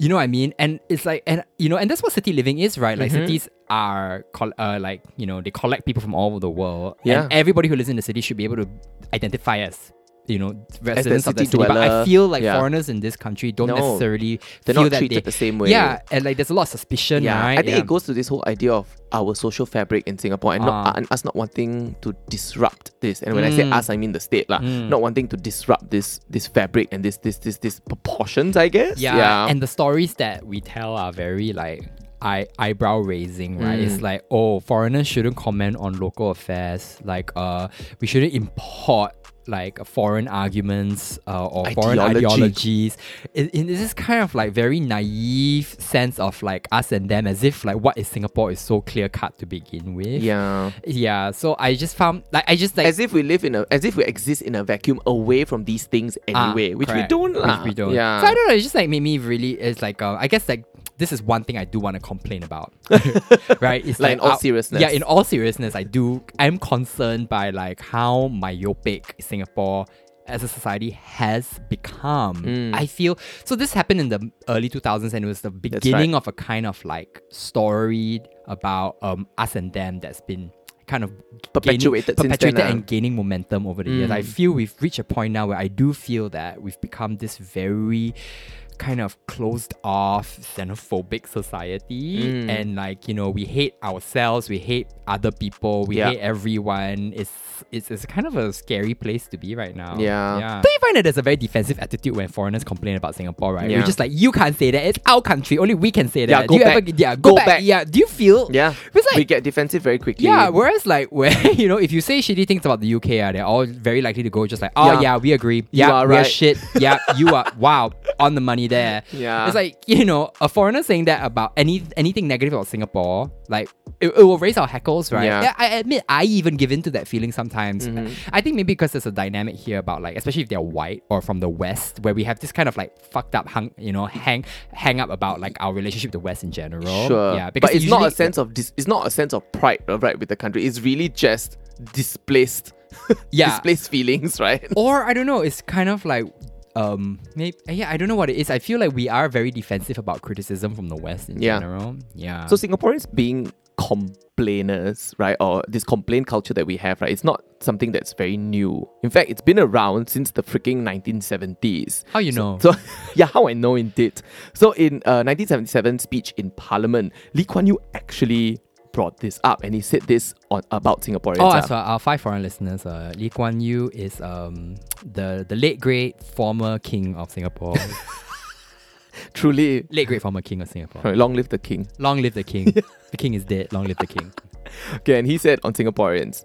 Speaker 1: You know what I mean? And it's like and you know and that's what city living is right?
Speaker 3: Mm-hmm.
Speaker 1: Like cities are col- uh, like you know they collect people from all over the world
Speaker 3: Yeah.
Speaker 1: and everybody who lives in the city should be able to identify as you know residents of
Speaker 3: city
Speaker 1: that city. But I
Speaker 3: dweller.
Speaker 1: feel like
Speaker 3: Yeah.
Speaker 1: foreigners in this country don't
Speaker 3: No.
Speaker 1: necessarily
Speaker 3: They're
Speaker 1: feel
Speaker 3: not
Speaker 1: that
Speaker 3: treated
Speaker 1: they-
Speaker 3: the same way.
Speaker 1: Yeah, and like there's a lot of suspicion,
Speaker 3: yeah,
Speaker 1: right?
Speaker 3: I think
Speaker 1: Yeah.
Speaker 3: it goes to this whole idea of our social fabric in Singapore and not
Speaker 1: Ah.
Speaker 3: and us not wanting to disrupt this. And when I say
Speaker 1: Mm.
Speaker 3: us, I mean the state, lah. Not wanting to disrupt this this fabric and this this this this proportions, I guess.
Speaker 1: yeah. and the stories that we tell are very like eye eyebrow raising,
Speaker 3: Mm.
Speaker 1: right? It's like oh, foreigners shouldn't comment on local affairs. Like uh, we shouldn't import like foreign arguments uh, or foreign
Speaker 3: Ideology.
Speaker 1: ideologies. It, it is this kind of like very naive sense of like us and them, as if like what is Singapore is so clear cut to begin with.
Speaker 3: yeah.
Speaker 1: Yeah, so I just found like I just like
Speaker 3: as if we live in a as if we exist in a vacuum away from these things
Speaker 1: Ah,
Speaker 3: anyway, which
Speaker 1: correct.
Speaker 3: we don't lah.
Speaker 1: Which we don't.
Speaker 3: Yeah.
Speaker 1: So I don't know. It's just like made me really. It's like uh, I guess like this is one thing I do want to complain
Speaker 3: <laughs>
Speaker 1: about, right? It's
Speaker 3: Like in all
Speaker 1: uh,
Speaker 3: seriousness.
Speaker 1: Yeah, in all seriousness, I do. I'm concerned by like how myopic Singapore as a society has become.
Speaker 3: Hmm.
Speaker 1: I feel so. This happened in the early 2000s, and it was the beginning of a kind of like story about um us and them that's been kind of gaining-
Speaker 3: Perpetuated since then,
Speaker 1: perpetuated
Speaker 3: ah. Hmm.
Speaker 1: and gaining momentum over the years. I feel we've reached a point now where I do feel that we've become this very kind of closed off xenophobic society
Speaker 3: Mm.
Speaker 1: and like you know we hate ourselves we hate other people we
Speaker 3: Yeah.
Speaker 1: hate everyone it's, it's it's kind of a scary place to be right now
Speaker 3: Yeah.
Speaker 1: yeah but you find that there's a very defensive attitude when foreigners complain about singapore right
Speaker 3: Yeah.
Speaker 1: we're just like you can't say that it's our country only we can say that
Speaker 3: Yeah, go
Speaker 1: do you
Speaker 3: back.
Speaker 1: ever yeah go,
Speaker 3: Go
Speaker 1: back.
Speaker 3: back.
Speaker 1: yeah do you feel
Speaker 3: yeah.
Speaker 1: it's like
Speaker 3: we get defensive very quickly.
Speaker 1: yeah, whereas like <laughs> where you know, if you say shitty things about the UK, ah, they're all very likely to go just like, oh
Speaker 3: Yeah.
Speaker 1: yeah, we agree. Yeah,
Speaker 3: are
Speaker 1: we're
Speaker 3: right."
Speaker 1: shit.
Speaker 3: <laughs>
Speaker 1: Yeah, you are wow on the money there.
Speaker 3: Yeah.
Speaker 1: it's like you know, a foreigner saying that about any anything negative about Singapore, like it, it will raise our hackles, right?
Speaker 3: Yeah. Mm-hmm.
Speaker 1: I admit I even give in to that feeling sometimes. I think maybe because there's a dynamic here about like, especially if they're white or from the West, where we have this kind of like fucked up hung, you know, hang hang up about like our relationship to West in general.
Speaker 3: Sure.
Speaker 1: yeah,
Speaker 3: but it's not a
Speaker 1: usually-
Speaker 3: sense of dis- it's not a sense of pride uh, right with the country. It's really just displaced <laughs>
Speaker 1: Yeah.
Speaker 3: displaced feelings, <laughs> right?
Speaker 1: or I don't know, it's kind of like um maybe yeah, I don't know what it is. I feel like we are very defensive about criticism from the West in
Speaker 3: Yeah.
Speaker 1: general. Yeah.
Speaker 3: So Singaporeans being complainers, right, or this complaint culture that we have, right, it's not something that's very new. In fact, it's been around since the freaking 1970s.
Speaker 1: How you
Speaker 3: So-
Speaker 1: know?
Speaker 3: So, <laughs> yeah, how I know indeed. So in uh, 1977 speech in Parliament, Lee Kuan Yew actually brought this up, and he said this on about Singaporeans.
Speaker 1: Oh,
Speaker 3: ah.
Speaker 1: as for our five foreign listeners, uh, Lee Kuan Yew is um, the the late great former king of
Speaker 3: <laughs>
Speaker 1: Singapore.
Speaker 3: truly.
Speaker 1: late great former king of Singapore.
Speaker 3: <laughs> Sorry, long live the king.
Speaker 1: Long live the king. the king is dead. Long live the king.
Speaker 3: Okay, and he said on Singaporeans,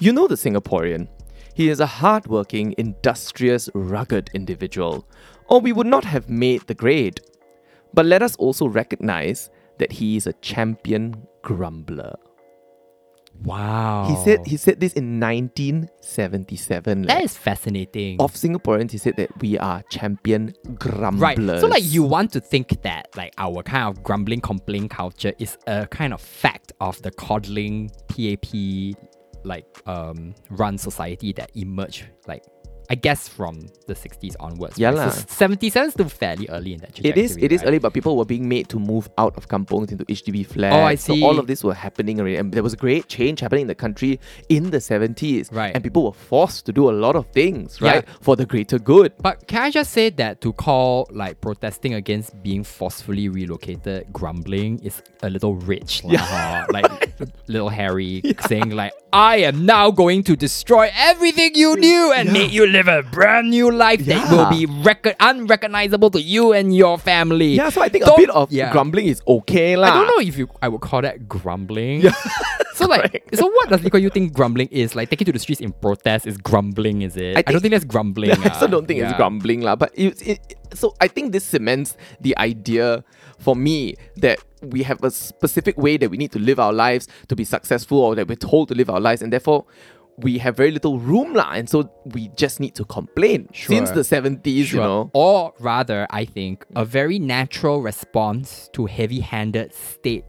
Speaker 3: you know the Singaporean. He is a hardworking, industrious, rugged individual, or we would not have made the grade. But let us also recognize that he is a champion grumbler.
Speaker 1: Wow.
Speaker 3: He said he said this in 1977.
Speaker 1: that
Speaker 3: like,
Speaker 1: is fascinating.
Speaker 3: of Singaporeans, he said that we are champion grumblers.
Speaker 1: Right. So like you want to think that like our kind of grumbling complaint culture is a kind of fact of the coddling PAP like um run society that emerged like I guess from the 60s onwards.
Speaker 3: Yeah
Speaker 1: right?
Speaker 3: lah.
Speaker 1: So 77 is still fairly early in that
Speaker 3: It
Speaker 1: trajectory.
Speaker 3: is it is
Speaker 1: right?
Speaker 3: early, but people were being made to move out of kampongs into HDB flats.
Speaker 1: Oh, I
Speaker 3: So all
Speaker 1: see.
Speaker 3: of this were happening already, and there was a great change happening in the country in the seventies.
Speaker 1: Right.
Speaker 3: and people were forced to do a lot of things,
Speaker 1: Yeah.
Speaker 3: right, for the greater good.
Speaker 1: But can I just say that to call like protesting against being forcefully relocated grumbling is a little rich, lah,
Speaker 3: <laughs>
Speaker 1: huh? like little Harry saying like I am now going to destroy everything you knew and make you live a brand new life that will be record unrecognizable to you and your family.
Speaker 3: Yeah, so I think a
Speaker 1: Don't-
Speaker 3: bit of
Speaker 1: yeah.
Speaker 3: grumbling ah. is okay, lah.
Speaker 1: I don't know if you I would call that grumbling. <laughs> so like so what does Lee you think grumbling is? Like taking to the streets in protest is grumbling, is it? I,
Speaker 3: I
Speaker 1: don't
Speaker 3: think-
Speaker 1: think that's grumbling.
Speaker 3: <laughs> I also
Speaker 1: ah.
Speaker 3: don't think it's
Speaker 1: Yeah.
Speaker 3: grumbling lah. But it, it, so I think this cements the idea for me that we have a specific way that we need to live our lives to be successful, or that we're told to live our lives, and therefore we have very little room lah. And so we just need to complain since
Speaker 1: Sure.
Speaker 3: the seventies, you
Speaker 1: Sure.
Speaker 3: know.
Speaker 1: Or rather, I think, a very natural response to heavy handed state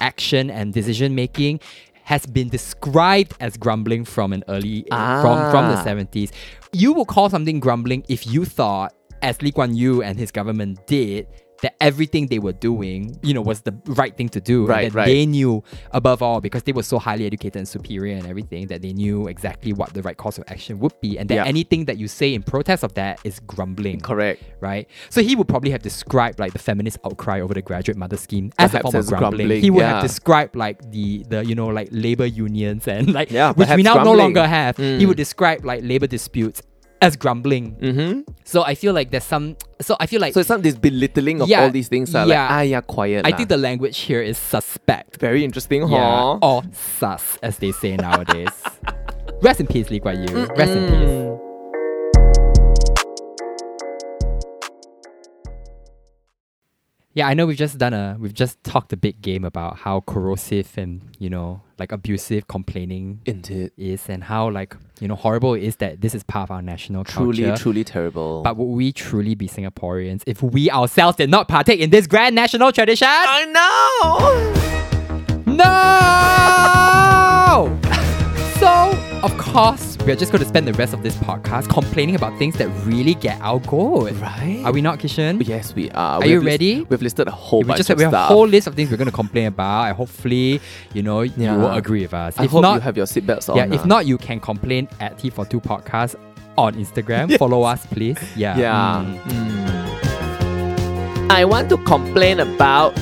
Speaker 1: action and decision making has been described as grumbling from an early uh, from from the
Speaker 3: Ah.
Speaker 1: 70s. You will call something grumbling if you thought, as Lee Kuan Yew and his government did, that everything they were doing, you know, was the right thing to do. and
Speaker 3: Right,
Speaker 1: that
Speaker 3: right.
Speaker 1: They knew above all because they were so highly educated and superior and everything that they knew exactly what the right course of action would be, and that
Speaker 3: Yeah.
Speaker 1: anything that you say in protest of that is grumbling.
Speaker 3: Correct.
Speaker 1: Right. So he would probably have described like the feminist outcry over the graduate mother scheme as
Speaker 3: Perhaps
Speaker 1: a form of
Speaker 3: as
Speaker 1: grumbling.
Speaker 3: grumbling,
Speaker 1: He would
Speaker 3: yeah.
Speaker 1: have described like the the you know like labor unions and like
Speaker 3: Yeah,
Speaker 1: which we
Speaker 3: perhaps
Speaker 1: now no
Speaker 3: grumbling. Mm.
Speaker 1: longer have. He would describe like labor disputes as grumbling.
Speaker 3: hmm
Speaker 1: So I feel like there's some. So I feel like
Speaker 3: So it's not this belittling of
Speaker 1: Yeah,
Speaker 3: all these things. lah,
Speaker 1: yeah.
Speaker 3: Like, ah, yeah, quiet.
Speaker 1: I
Speaker 3: lah."
Speaker 1: think the language here is suspect.
Speaker 3: very interesting,
Speaker 1: Yeah,
Speaker 3: huh?
Speaker 1: or sus, as they say nowadays.
Speaker 3: <laughs>
Speaker 1: Rest in peace, Lee Kuan Yew. Rest in peace. Yeah, I know we've just done a we've just talked a big game about how corrosive and you know like abusive complaining
Speaker 3: Indeed.
Speaker 1: is and how like you know horrible it is that this is part of our national
Speaker 3: Truly,
Speaker 1: culture.
Speaker 3: truly terrible.
Speaker 1: But would we truly be Singaporeans if we ourselves did not partake in this grand national tradition?
Speaker 3: I know.
Speaker 1: No! <laughs> so, of course, we're just going to spend the rest of this podcast complaining about things that really get our goat.
Speaker 3: Right.
Speaker 1: Are we not, Kishan?
Speaker 3: Yes, we are.
Speaker 1: you
Speaker 3: lis-
Speaker 1: ready?
Speaker 3: we've listed a whole
Speaker 1: We
Speaker 3: bunch
Speaker 1: just said
Speaker 3: of
Speaker 1: we have a
Speaker 3: stuff.
Speaker 1: whole list of things we're going to complain about, and hopefully, you know,
Speaker 3: Yeah.
Speaker 1: you will agree with us.
Speaker 3: I
Speaker 1: if
Speaker 3: hope
Speaker 1: not,
Speaker 3: you have your seatbelts on.
Speaker 1: yeah, if
Speaker 3: ah.
Speaker 1: not, you can complain at T42 Podcast on Instagram. Follow us, please. Yeah.
Speaker 3: Yeah.
Speaker 1: Mm.
Speaker 3: I want to complain about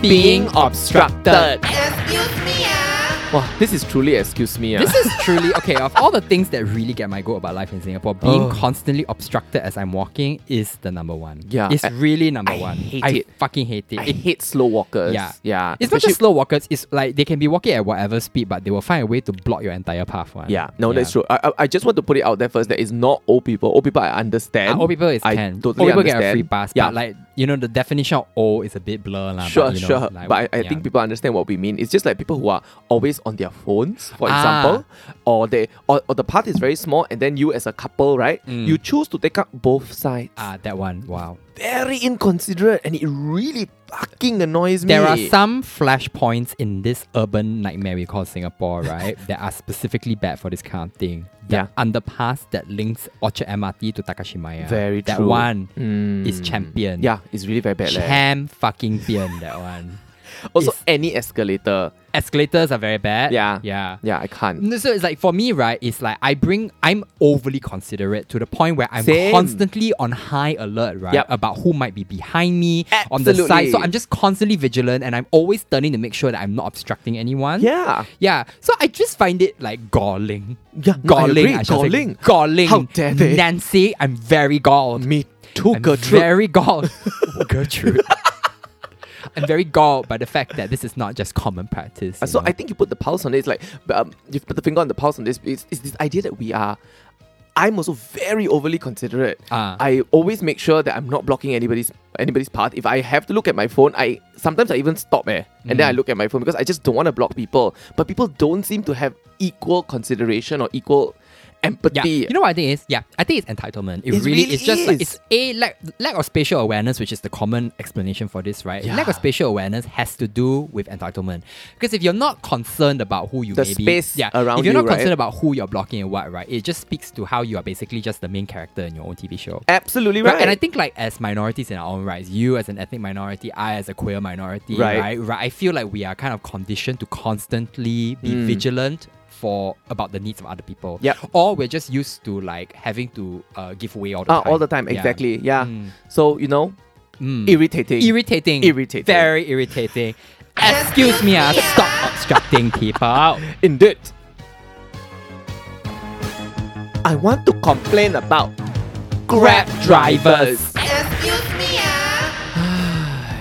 Speaker 1: Being
Speaker 3: obstructed. Excuse me, ah. Wow, this is truly excuse me, ah.
Speaker 1: This is truly okay. Of all the things that really get my goat about life in Singapore, being
Speaker 3: Oh.
Speaker 1: constantly obstructed as I'm walking is the number one.
Speaker 3: Yeah.
Speaker 1: it's
Speaker 3: I-
Speaker 1: really number
Speaker 3: I
Speaker 1: one.
Speaker 3: hate
Speaker 1: I
Speaker 3: it.
Speaker 1: fucking hate it.
Speaker 3: I
Speaker 1: It-
Speaker 3: hate slow walkers.
Speaker 1: yeah,
Speaker 3: yeah.
Speaker 1: It's not
Speaker 3: Especially-
Speaker 1: just slow walkers. It's like they can be walking at whatever speed, but they will find a way to block your entire path. One.
Speaker 3: Yeah, no, that's true. I, I, I just want to put it out there first that it's not old people. Old people, I understand.
Speaker 1: Ah, old people is
Speaker 3: I
Speaker 1: can.
Speaker 3: Totally
Speaker 1: old people
Speaker 3: understand.
Speaker 1: get a free pass,
Speaker 3: Yeah,
Speaker 1: but like you know, the definition of old is a bit blur, lah. Ah,
Speaker 3: sure,
Speaker 1: but, you know,
Speaker 3: sure.
Speaker 1: like,
Speaker 3: but I, I
Speaker 1: yeah.
Speaker 3: think people understand what we mean. It's just like people who are always on their phones, for
Speaker 1: Ah.
Speaker 3: example, or they or, or the path is very small, and then you as a couple, right? You choose to take up both sides.
Speaker 1: Mm. ah that one. Wow.
Speaker 3: Very inconsiderate, and it really fucking annoys me.
Speaker 1: There are some flashpoints in this urban nightmare we call
Speaker 3: <laughs>
Speaker 1: Singapore, right? that are specifically bad for this kind of thing. The underpass that links Orchard MRT to Takashimaya.
Speaker 3: Very
Speaker 1: that
Speaker 3: true.
Speaker 1: one
Speaker 3: Mm.
Speaker 1: is champion.
Speaker 3: Yeah, it's really very bad. leh.
Speaker 1: Cham fucking pion that one.
Speaker 3: also,
Speaker 1: is-
Speaker 3: any escalator.
Speaker 1: Escalators are very bad.
Speaker 3: Yeah.
Speaker 1: Yeah. Mm.
Speaker 3: Yeah, I can't.
Speaker 1: No, So it's like for me, right? It's like I bring I'm overly considerate to the point where I'm
Speaker 3: Same.
Speaker 1: constantly on high alert, right?
Speaker 3: Yep.
Speaker 1: About who might be behind me on the side. So
Speaker 3: Absolutely.
Speaker 1: I'm just constantly vigilant, and I'm always turning to make sure that I'm not obstructing anyone.
Speaker 3: Yeah.
Speaker 1: Yeah, so I just find it like galling.
Speaker 3: Yeah, no, I
Speaker 1: galling.
Speaker 3: agree.
Speaker 1: I shall say.
Speaker 3: Galling.
Speaker 1: galling.
Speaker 3: How dare they.
Speaker 1: Nancy? I'm very galled.
Speaker 3: Me too,
Speaker 1: I'm
Speaker 3: <laughs> Gertrude.
Speaker 1: <laughs> Very galled, Gertrude. am very galled by the fact that this is not just common practice.
Speaker 3: Uh,
Speaker 1: you
Speaker 3: So
Speaker 1: know?
Speaker 3: I think you put the pulse on it. It's like b- um, you've put the finger on the pulse on this. It's, it's this idea that we are. I'm also very overly considerate.
Speaker 1: Ah.
Speaker 3: I always make sure that I'm not blocking anybody's anybody's path. If I have to look at my phone, I sometimes I even stop eh, and
Speaker 1: Mm.
Speaker 3: then I look at my phone because I just don't want to block people. But people don't seem to have equal consideration or equal
Speaker 1: Yeah.
Speaker 3: empathy.
Speaker 1: You know what I think is? Yeah, I think it's entitlement. It,
Speaker 3: It
Speaker 1: really,
Speaker 3: really
Speaker 1: is just like
Speaker 3: is.
Speaker 1: it's a lack, lack of spatial awareness, which is the common explanation for this, right?
Speaker 3: Yeah.
Speaker 1: Lack of spatial awareness has to do with entitlement. Because if you're not concerned about who you
Speaker 3: The
Speaker 1: may
Speaker 3: space
Speaker 1: be, yeah,
Speaker 3: around
Speaker 1: if you're
Speaker 3: you,
Speaker 1: not concerned
Speaker 3: right?
Speaker 1: about who you're blocking and what, right? It just speaks to how you are basically just the main character in your own TV show.
Speaker 3: Absolutely right.
Speaker 1: Right. And I think like as minorities in our own rights, you as an ethnic minority, I as a queer minority,
Speaker 3: Right.
Speaker 1: right? Right. I feel like we are kind of conditioned to constantly be
Speaker 3: Mm.
Speaker 1: vigilant for about the needs of other people.
Speaker 3: Yep.
Speaker 1: Or we're just used to like having to uh, give way all the
Speaker 3: Ah,
Speaker 1: time.
Speaker 3: all the time,
Speaker 1: Yeah.
Speaker 3: exactly. Yeah.
Speaker 1: Mm.
Speaker 3: So you know,
Speaker 1: Mm.
Speaker 3: irritating.
Speaker 1: irritating.
Speaker 3: Irritating.
Speaker 1: Very irritating. Excuse me, uh, stop obstructing people.
Speaker 3: Indeed. I want to complain about Grab drivers.
Speaker 4: ah.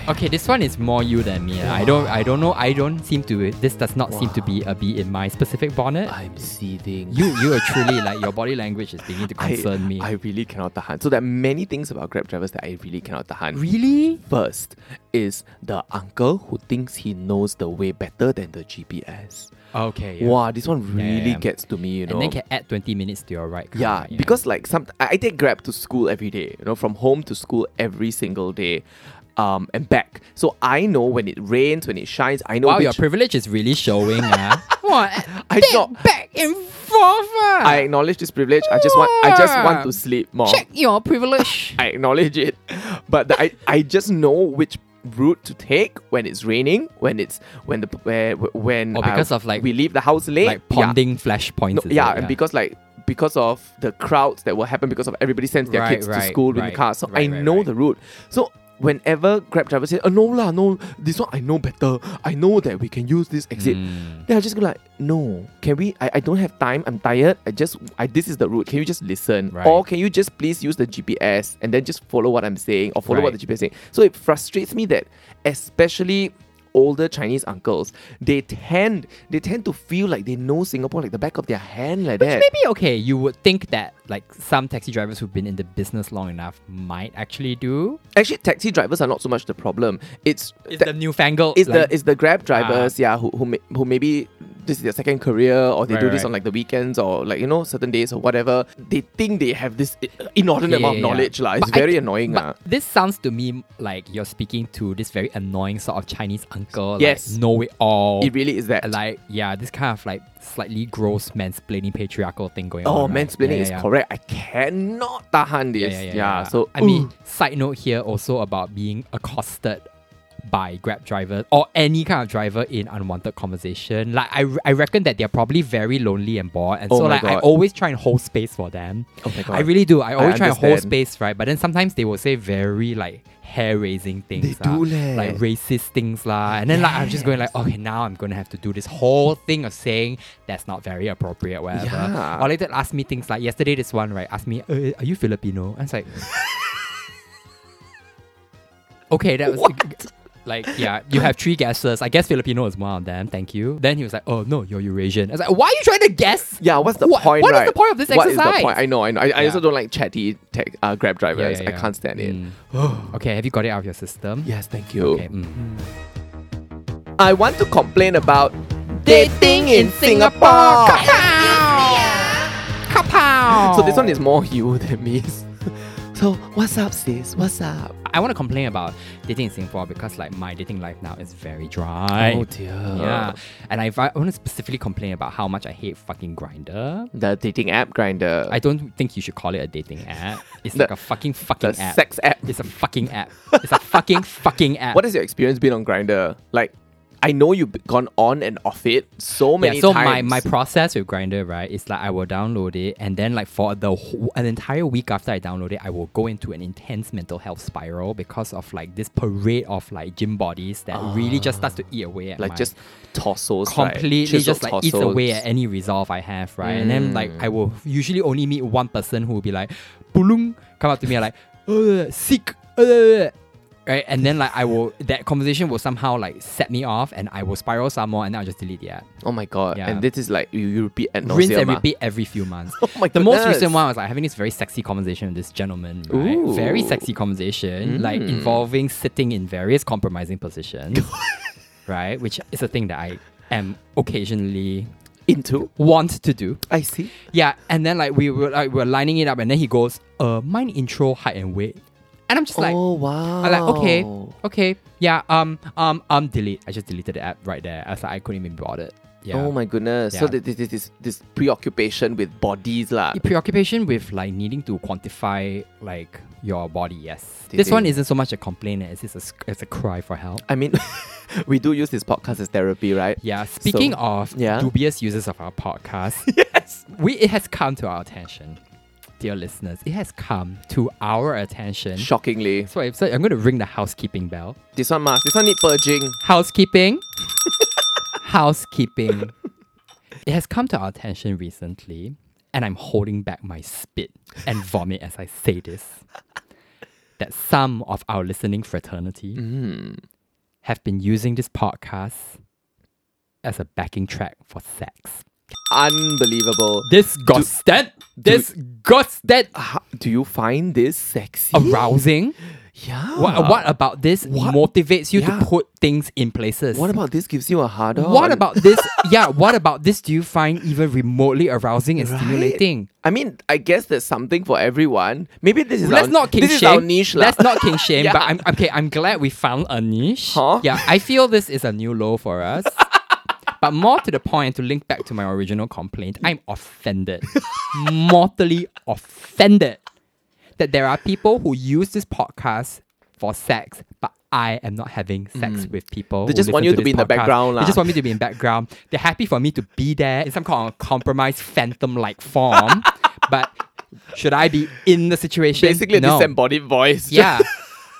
Speaker 1: Okay, this one is more you than me. ah. I don't I don't know. I don't seem to this does not seem to be a bee in my specific bonnet.
Speaker 3: I'm seething.
Speaker 1: You you are truly like your body language is beginning to concern
Speaker 3: I,
Speaker 1: me.
Speaker 3: I really cannot tahan. So there are many things about Grab drivers that I really cannot tahan.
Speaker 1: really?
Speaker 3: First is the uncle who thinks he knows the way better than the GPS.
Speaker 1: Okay. Yeah.
Speaker 3: Wow, this one
Speaker 1: Yeah, yeah,
Speaker 3: really
Speaker 1: yeah.
Speaker 3: gets to me, you know.
Speaker 1: And then can add twenty minutes to your right.
Speaker 3: Yeah,
Speaker 1: correct,
Speaker 3: because like some I, I take Grab to school every day, you know, from home to school every single day. Um, and back. So I know when it rains, when it shines, I know
Speaker 1: wow,
Speaker 3: which
Speaker 1: your privilege is really showing.
Speaker 3: <laughs>
Speaker 1: Ah, what?
Speaker 3: I
Speaker 1: Think
Speaker 3: not-
Speaker 1: back and forth. ah.
Speaker 3: I acknowledge this privilege. I just want I just want to sleep more.
Speaker 1: check your privilege.
Speaker 3: I acknowledge it. But the, I I just know which route to take when it's raining, when it's when the where, when
Speaker 1: Or
Speaker 3: uh,
Speaker 1: because of, like-
Speaker 3: we leave the house late.
Speaker 1: like
Speaker 3: Yeah.
Speaker 1: ponding flashpoints.
Speaker 3: No,
Speaker 1: is
Speaker 3: yeah,
Speaker 1: it?
Speaker 3: and because like because of the crowds that will happen because of everybody sends their
Speaker 1: Right,
Speaker 3: kids to
Speaker 1: right,
Speaker 3: school in
Speaker 1: right,
Speaker 3: the car. So
Speaker 1: right,
Speaker 3: I
Speaker 1: right,
Speaker 3: know
Speaker 1: right.
Speaker 3: the route. So whenever Grab driver says, "Oh no lah, no, this one I know better. I know that we can use this exit."
Speaker 1: Hmm.
Speaker 3: Then I just go like, "No, can we? I, I don't have time. I'm tired. I just I this is the route. Can you just listen,
Speaker 1: Right.
Speaker 3: or can you just please use the GPS and then just follow what I'm saying or follow what the
Speaker 1: Right.
Speaker 3: GPS is saying?" So it frustrates me that especially older Chinese uncles, they tend they tend to feel like they know Singapore like the back of their hand like
Speaker 1: Which
Speaker 3: that.
Speaker 1: maybe okay, you would think that like some taxi drivers who've been in the business long enough might actually do.
Speaker 3: Actually, taxi drivers are not so much the problem. It's
Speaker 1: It's
Speaker 3: ta-
Speaker 1: the newfangled.
Speaker 3: it's
Speaker 1: like- Ah.
Speaker 3: the it's the Grab drivers, yeah, who who, may, who maybe this is their second career or they
Speaker 1: Right,
Speaker 3: do this
Speaker 1: right.
Speaker 3: on like the weekends or like you know certain days or whatever. They think they have this i- inordinate
Speaker 1: Yeah,
Speaker 3: amount
Speaker 1: yeah,
Speaker 3: of
Speaker 1: yeah.
Speaker 3: knowledge lah. It's
Speaker 1: But I
Speaker 3: very
Speaker 1: thi-
Speaker 3: annoying ah. lah.
Speaker 1: But this sounds to me like you're speaking to this very annoying sort of Chinese uncle.
Speaker 3: Yes.
Speaker 1: Like, know it all.
Speaker 3: It really is that.
Speaker 1: like, yeah, this kind of like slightly gross mansplaining patriarchal thing going
Speaker 3: oh,
Speaker 1: on. right?
Speaker 3: mansplaining
Speaker 1: Yeah,
Speaker 3: is
Speaker 1: yeah, yeah.
Speaker 3: correct. I cannot tahan
Speaker 1: Yeah,
Speaker 3: this.
Speaker 1: yeah, yeah, yeah.
Speaker 3: So mm.
Speaker 1: I mean, side note here also about being accosted by Grab drivers or any kind of driver in unwanted conversation. Like, I, I reckon that they're probably very lonely and bored. And
Speaker 3: Oh
Speaker 1: so,
Speaker 3: my
Speaker 1: like, I
Speaker 3: God.
Speaker 1: always try and hold space for them.
Speaker 3: Oh my God.
Speaker 1: I really do. I always try and hold
Speaker 3: understand.
Speaker 1: space, right? But then sometimes they will say very, like, hair raising things.
Speaker 3: They
Speaker 1: lah.
Speaker 3: do leh.
Speaker 1: Like, racist things, lah. And then, like, I'm just going, like, okay, now I'm going to have to do this whole thing of saying that's not very appropriate, whatever.
Speaker 3: Yeah.
Speaker 1: Or like, they'll ask me things like, yesterday, this one, right, asked me, uh, are you Filipino? And it's like, <laughs> okay, that was like, yeah, you have three guesses. I guess Filipino is one of them. Thank you. Then he was like, oh no, you're Eurasian. I was like, why are you trying to guess?
Speaker 3: Yeah, what's the
Speaker 1: What-
Speaker 3: point?
Speaker 1: what is
Speaker 3: right?
Speaker 1: the point of this
Speaker 3: What is the
Speaker 1: exercise?
Speaker 3: point? I know, I know. I, I
Speaker 1: Yeah.
Speaker 3: also don't like chatty tech, uh, Grab drivers. I can't stand it. <sighs>
Speaker 1: Mm. okay, have you got it out of your system?
Speaker 3: Yes, thank you.
Speaker 1: Okay. mm.
Speaker 3: I want to complain about
Speaker 1: Kapow!
Speaker 3: So this one is more you <laughs> than me. So what's up, sis? What's up?
Speaker 1: I want to complain about dating in Singapore because like my dating life now is very dry.
Speaker 3: Oh dear.
Speaker 1: Yeah. And I, I want to specifically complain about how much I hate fucking Grinder.
Speaker 3: The dating app grinder.
Speaker 1: I don't think you should call it a dating app. It's
Speaker 3: The-
Speaker 1: like a fucking fucking
Speaker 3: the
Speaker 1: app.
Speaker 3: sex app.
Speaker 1: It's a fucking app. It's a fucking fucking app.
Speaker 3: What has your experience been on grinder? Like, I know you've gone on and off it so many
Speaker 1: yeah, so my,
Speaker 3: times.
Speaker 1: my process with Grinder right is like I will download it and then like for the whole, an entire week after I download it I will go into an intense mental health spiral because of like this parade of like gym bodies that really just starts to eat away at
Speaker 3: like
Speaker 1: my
Speaker 3: just torsos. right?
Speaker 1: completely
Speaker 3: Chiseled
Speaker 1: just like eats away
Speaker 3: torsos.
Speaker 1: at any resolve I have, right? And then like I will
Speaker 3: Mm.
Speaker 1: usually only meet one person who will be like, Pulung, come up to me and like, "Uh, sick, uh, right? And then like I will that conversation will somehow like set me off, and I will spiral some more, and then I'll just delete the app.
Speaker 3: Oh my god.
Speaker 1: Yeah.
Speaker 3: And this is like you, you repeat at nauseam.
Speaker 1: Rinse and
Speaker 3: ah.
Speaker 1: repeat every few months.
Speaker 3: <laughs> Oh my
Speaker 1: the most
Speaker 3: goodness.
Speaker 1: recent one I was like having this very sexy conversation with this gentleman, right?
Speaker 3: Ooh. Hmm.
Speaker 1: Very sexy conversation, like involving sitting in various compromising
Speaker 3: <laughs>
Speaker 1: positions, right? Which is a thing that I am occasionally
Speaker 3: Into.
Speaker 1: want to do.
Speaker 3: I see.
Speaker 1: Yeah, and then like we were like we were lining it up, and then he goes, "Uh, mine intro height and weight," and I'm just like,
Speaker 3: oh wow.
Speaker 1: I'm like, okay,
Speaker 3: Oh.
Speaker 1: okay, yeah, um, um, um, delete. I just deleted the app right there. I was like, I couldn't even be bothered. Yeah.
Speaker 3: Oh my goodness. So
Speaker 1: Yeah.
Speaker 3: this this this this preoccupation with bodies lah.
Speaker 1: The preoccupation with like needing to quantify like your body. Yes,
Speaker 3: Did
Speaker 1: this one
Speaker 3: they-
Speaker 1: isn't so much a complaint as it's a sc- it's a cry for help.
Speaker 3: I mean <laughs> we do use this podcast as therapy, right?
Speaker 1: Yeah. Speaking
Speaker 3: So-
Speaker 1: of
Speaker 3: Yeah.
Speaker 1: dubious users of our
Speaker 3: <laughs>
Speaker 1: podcast, yes, we it has come to our attention, dear listeners. It has come to our attention.
Speaker 3: Shockingly.
Speaker 1: So I- so I'm going to ring the housekeeping bell.
Speaker 3: This one must. This one need purging.
Speaker 1: Housekeeping. <laughs> housekeeping. It has come to our attention recently, and I'm holding back my spit and vomit as I say this. That some of our listening fraternity
Speaker 3: Mm.
Speaker 1: have been using this podcast as a backing track for sex.
Speaker 3: Unbelievable.
Speaker 1: This gostet, this gostet
Speaker 3: How- do you find this sexy?
Speaker 1: arousing.
Speaker 3: Yeah.
Speaker 1: What, what about this
Speaker 3: Ah. What?
Speaker 1: motivates you
Speaker 3: Yeah.
Speaker 1: to put things in places?
Speaker 3: What about this gives you a hard on?
Speaker 1: What about this? yeah, what about this do you find even remotely arousing and stimulating?
Speaker 3: I mean, I guess there's something for everyone. Maybe this is
Speaker 1: Let's
Speaker 3: our,
Speaker 1: not king
Speaker 3: this
Speaker 1: shame.
Speaker 3: is our niche lah.
Speaker 1: Let's not
Speaker 3: <laughs>
Speaker 1: king shame,
Speaker 3: Yeah.
Speaker 1: but I'm okay, I'm glad we found a niche.
Speaker 3: Huh?
Speaker 1: Yeah, I feel this is a new low for
Speaker 3: <laughs>
Speaker 1: us. but more to the point, to link back to my original complaint, I'm offended. mortally offended that there are people who use this podcast for sex, but I am not having sex with people.
Speaker 3: Mm. They
Speaker 1: who
Speaker 3: just
Speaker 1: listen
Speaker 3: want you to
Speaker 1: this
Speaker 3: be in the
Speaker 1: podcast.
Speaker 3: background
Speaker 1: They just
Speaker 3: lah.
Speaker 1: want me to be in background. They're happy for me to be there in some kind of compromised phantom-like
Speaker 3: <laughs>
Speaker 1: form. but should I be in the situation?
Speaker 3: Basically, a
Speaker 1: no.
Speaker 3: disembodied
Speaker 1: <laughs>
Speaker 3: voice.
Speaker 1: Yeah.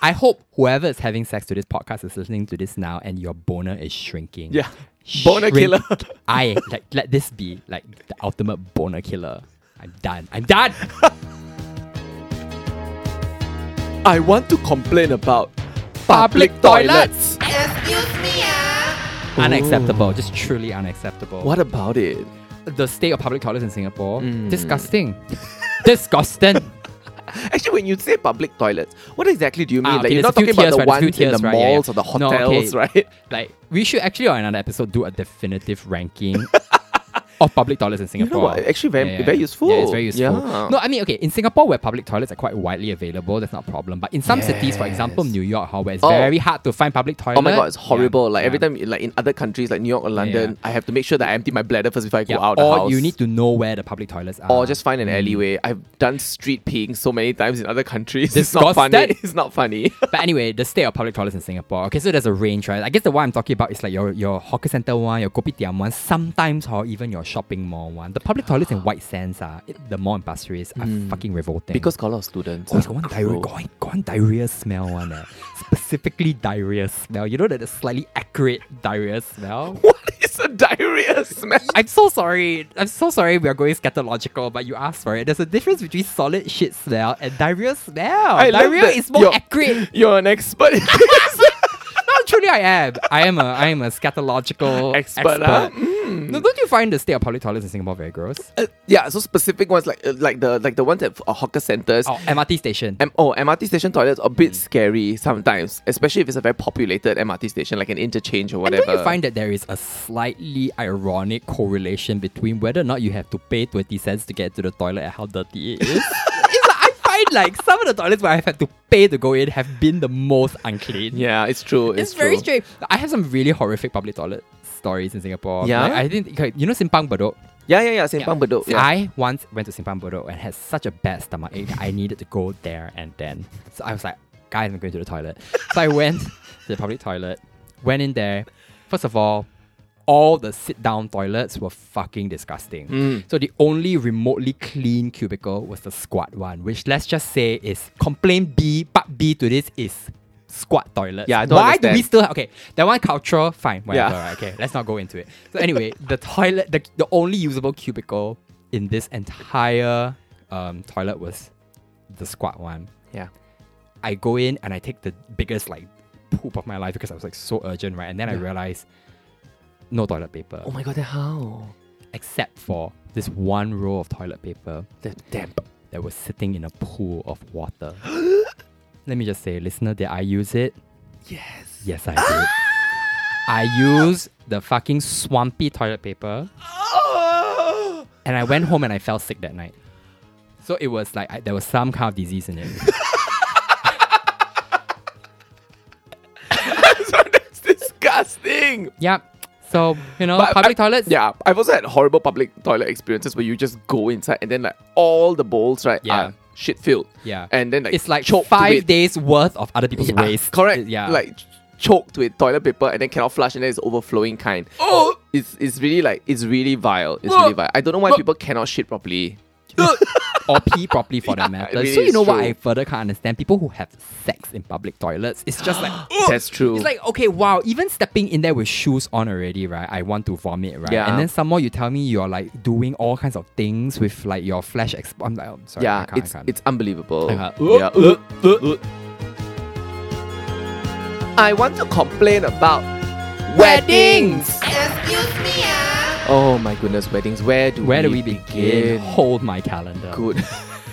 Speaker 1: I hope whoever is having sex to this podcast is listening to this now and your boner is shrinking.
Speaker 3: Yeah. Boner killer.
Speaker 1: <laughs> I like let this be like the ultimate boner killer. I'm done. I'm done.
Speaker 3: I want to complain about
Speaker 1: Public toilets.
Speaker 4: Excuse me, ah.
Speaker 1: unacceptable. Just truly unacceptable.
Speaker 3: What Mm. about it?
Speaker 1: the state of public toilets in Singapore? Disgusting. <laughs> Disgusting.
Speaker 3: Actually, when you say public toilets, what exactly do you mean?
Speaker 1: Ah,
Speaker 3: like
Speaker 1: okay,
Speaker 3: you're
Speaker 1: there's
Speaker 3: not
Speaker 1: a few tiers,
Speaker 3: talking about the
Speaker 1: right, there's a few
Speaker 3: ones in
Speaker 1: tiers,
Speaker 3: the
Speaker 1: right, yeah,
Speaker 3: malls
Speaker 1: yeah.
Speaker 3: or the
Speaker 1: No, okay.
Speaker 3: hotels, <laughs> right?
Speaker 1: like we should actually on another episode do a definitive
Speaker 3: <laughs>
Speaker 1: ranking of public toilets in Singapore.
Speaker 3: what? Actually very- very useful.
Speaker 1: Yeah, it's very useful.
Speaker 3: Yeah.
Speaker 1: No, I mean okay, in Singapore where public toilets are quite widely available, that's not a problem. But in some cities, for example,
Speaker 3: Yes.
Speaker 1: New York, how where it's
Speaker 3: Oh.
Speaker 1: very hard to find public toilets.
Speaker 3: Oh my god, it's horrible. Like every time, like in other countries, like New York or London,
Speaker 1: yeah.
Speaker 3: I have to make sure that I empty my bladder first before I go
Speaker 1: yeah.
Speaker 3: out. of the
Speaker 1: or
Speaker 3: house.
Speaker 1: you need Mm. to know where the public toilets are.
Speaker 3: or just find an alleyway. I've done street peeing so many times in other countries. <laughs> It's not funny.
Speaker 1: Disgusted.
Speaker 3: It's not
Speaker 1: <laughs>
Speaker 3: funny.
Speaker 1: but anyway, the state of public toilets in Singapore. Okay, so there's a range, right? I guess the one I'm talking about is like your, your hawker center one, your kopitiam one, sometimes or even your shopping mall one. The public toilets
Speaker 3: <gasps>
Speaker 1: in White Sands are the mall in Pasir Ris are fucking revolting.
Speaker 3: Hmm. because got a lot of students.
Speaker 1: Oh, got one, diarrhea, got, one, got one diarrhea smell one eh. Specifically diarrhea smell. You know that the slightly acrid diarrhea
Speaker 3: <laughs>
Speaker 1: smell?
Speaker 3: <laughs> What is a
Speaker 1: <laughs>
Speaker 3: diarrhea smell?
Speaker 1: I'm so sorry. I'm so sorry we are going scatological, but you asked for it. There's a difference between solid shit smell and diarrhea smell.
Speaker 3: I love
Speaker 1: diarrhea
Speaker 3: that
Speaker 1: is more
Speaker 3: you're-
Speaker 1: acrid.
Speaker 3: You're an expert. in this.
Speaker 1: No, truly I am. I am a I am a scatological
Speaker 3: Expert,
Speaker 1: expert.
Speaker 3: huh?
Speaker 1: No, don't you find the state of public toilets in Singapore very gross?
Speaker 3: Uh, yeah, so specific ones like uh, like the like the ones at uh, hawker centers.
Speaker 1: Oh, Mm. MRT station.
Speaker 3: M- oh, MRT station toilets are a bit scary sometimes, especially if it's a very populated MRT station, like an interchange or
Speaker 1: And
Speaker 3: whatever.
Speaker 1: don't you find that there is a slightly ironic correlation between whether or not you have to pay 20 cents to get to the toilet and how dirty
Speaker 3: <laughs>
Speaker 1: it is? it's like, I find like some of the toilets where I've had to pay to go in have been the most unclean.
Speaker 3: yeah, it's true. It's,
Speaker 1: It's, very
Speaker 3: true.
Speaker 1: strange. I have some really horrific public toilet stories in Singapore.
Speaker 3: Yeah?
Speaker 1: Like, I didn't, you know Simpang Bedok?
Speaker 3: Yeah, yeah, yeah. Simpang Bedok.
Speaker 1: See,
Speaker 3: Yeah.
Speaker 1: I once went to Simpang Bedok and had such a bad stomach ache. I needed to go there and then. So I was like, guys, I'm going to the toilet. So I went <laughs> to the public toilet, went in there. First of all, all the sit down toilets were fucking disgusting.
Speaker 3: Mm.
Speaker 1: So the only remotely clean cubicle was the squat one, which let's just say is complaint B, part B to this is squat toilets.
Speaker 3: Yeah, I don't
Speaker 1: Why do
Speaker 3: understand.
Speaker 1: we still okay? That one cultural, fine, whatever.
Speaker 3: Yeah.
Speaker 1: right, okay, let's not go into it. So anyway, the toilet, the, the only usable cubicle in this entire um, toilet was the squat one.
Speaker 3: yeah.
Speaker 1: I go in and I take the biggest like poop of my life because I was like so urgent, right? And then I realized no toilet paper
Speaker 3: Oh my god, then how?
Speaker 1: except for this one roll of toilet paper
Speaker 3: The damp.
Speaker 1: that was sitting in a pool of water. <gasps> Let me just say, listener, did I use it?
Speaker 3: Yes.
Speaker 1: Yes, I
Speaker 3: Ah!
Speaker 1: did. I used the fucking swampy toilet paper.
Speaker 3: Oh!
Speaker 1: And I went home and I fell sick that night. So it was like I, there was some kind of disease
Speaker 3: <laughs>
Speaker 1: in it.
Speaker 3: <laughs> That's disgusting.
Speaker 1: yep. So, you know,
Speaker 3: But I-
Speaker 1: public
Speaker 3: I-
Speaker 1: toilets.
Speaker 3: Yeah, I've also had horrible public toilet experiences where you just go inside and then like all the bowls right
Speaker 1: Yeah.
Speaker 3: are shit filled.
Speaker 1: Yeah.
Speaker 3: and then like
Speaker 1: It's like
Speaker 3: choked
Speaker 1: five
Speaker 3: with,
Speaker 1: days worth of other people's
Speaker 3: Yeah,
Speaker 1: waste.
Speaker 3: Ah, Correct.
Speaker 1: Yeah.
Speaker 3: like <laughs> ch- choked with toilet paper and then cannot flush and then it's overflowing kind. Oh, it's it's really like it's really vile. It's
Speaker 1: Oh!
Speaker 3: really vile. I don't know why people cannot shit properly.
Speaker 1: <laughs> or pee properly for that matter.
Speaker 3: really
Speaker 1: so you
Speaker 3: is
Speaker 1: know what
Speaker 3: true.
Speaker 1: I further can't understand? People who have sex in public toilets. It's just like
Speaker 3: <gasps>
Speaker 1: <gasps>
Speaker 3: That's true.
Speaker 1: Oh! it's like okay, wow. Even stepping in there with shoes on already, right? I want to vomit, right?
Speaker 3: Yeah.
Speaker 1: And then some more, you tell me you're like doing all kinds of things with like your flesh. Exp- I'm like, oh, sorry, I
Speaker 3: yeah,
Speaker 1: can't, I
Speaker 3: it's
Speaker 1: can't. uh,
Speaker 3: it's unbelievable.
Speaker 1: I can't.
Speaker 3: Yeah. I want to complain about weddings.
Speaker 4: Excuse me ah.
Speaker 3: Oh my goodness, weddings. Where do
Speaker 1: Where
Speaker 3: we Oh,
Speaker 1: do we begin? <laughs> Hold my calendar.
Speaker 3: Good.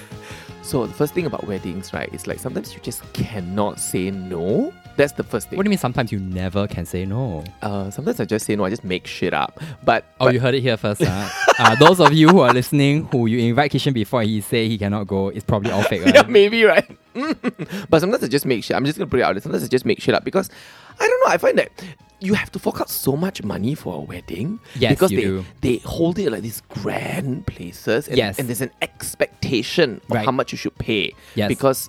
Speaker 3: <laughs> so the first thing about weddings, right, is like sometimes you just cannot say no. That's the first thing.
Speaker 1: What do you mean? Sometimes you never can say no.
Speaker 3: Uh, sometimes I just say no. I just make shit up. But
Speaker 1: Oh, you heard it here first, <laughs> huh? uh, Those of you who are listening, who you invite Kishan before he say he cannot go, it's probably all <laughs> fake.
Speaker 3: yeah,
Speaker 1: right?
Speaker 3: maybe right. <laughs> but sometimes I just make shit. I'm just gonna put it out there. Sometimes I just make shit up because I don't know. I find that you have to fork out so much money for a wedding.
Speaker 1: Yes,
Speaker 3: because
Speaker 1: you
Speaker 3: they
Speaker 1: do.
Speaker 3: they hold it like these grand places. And,
Speaker 1: Yes.
Speaker 3: and there's an expectation of
Speaker 1: Right.
Speaker 3: how much you should pay.
Speaker 1: Yes.
Speaker 3: because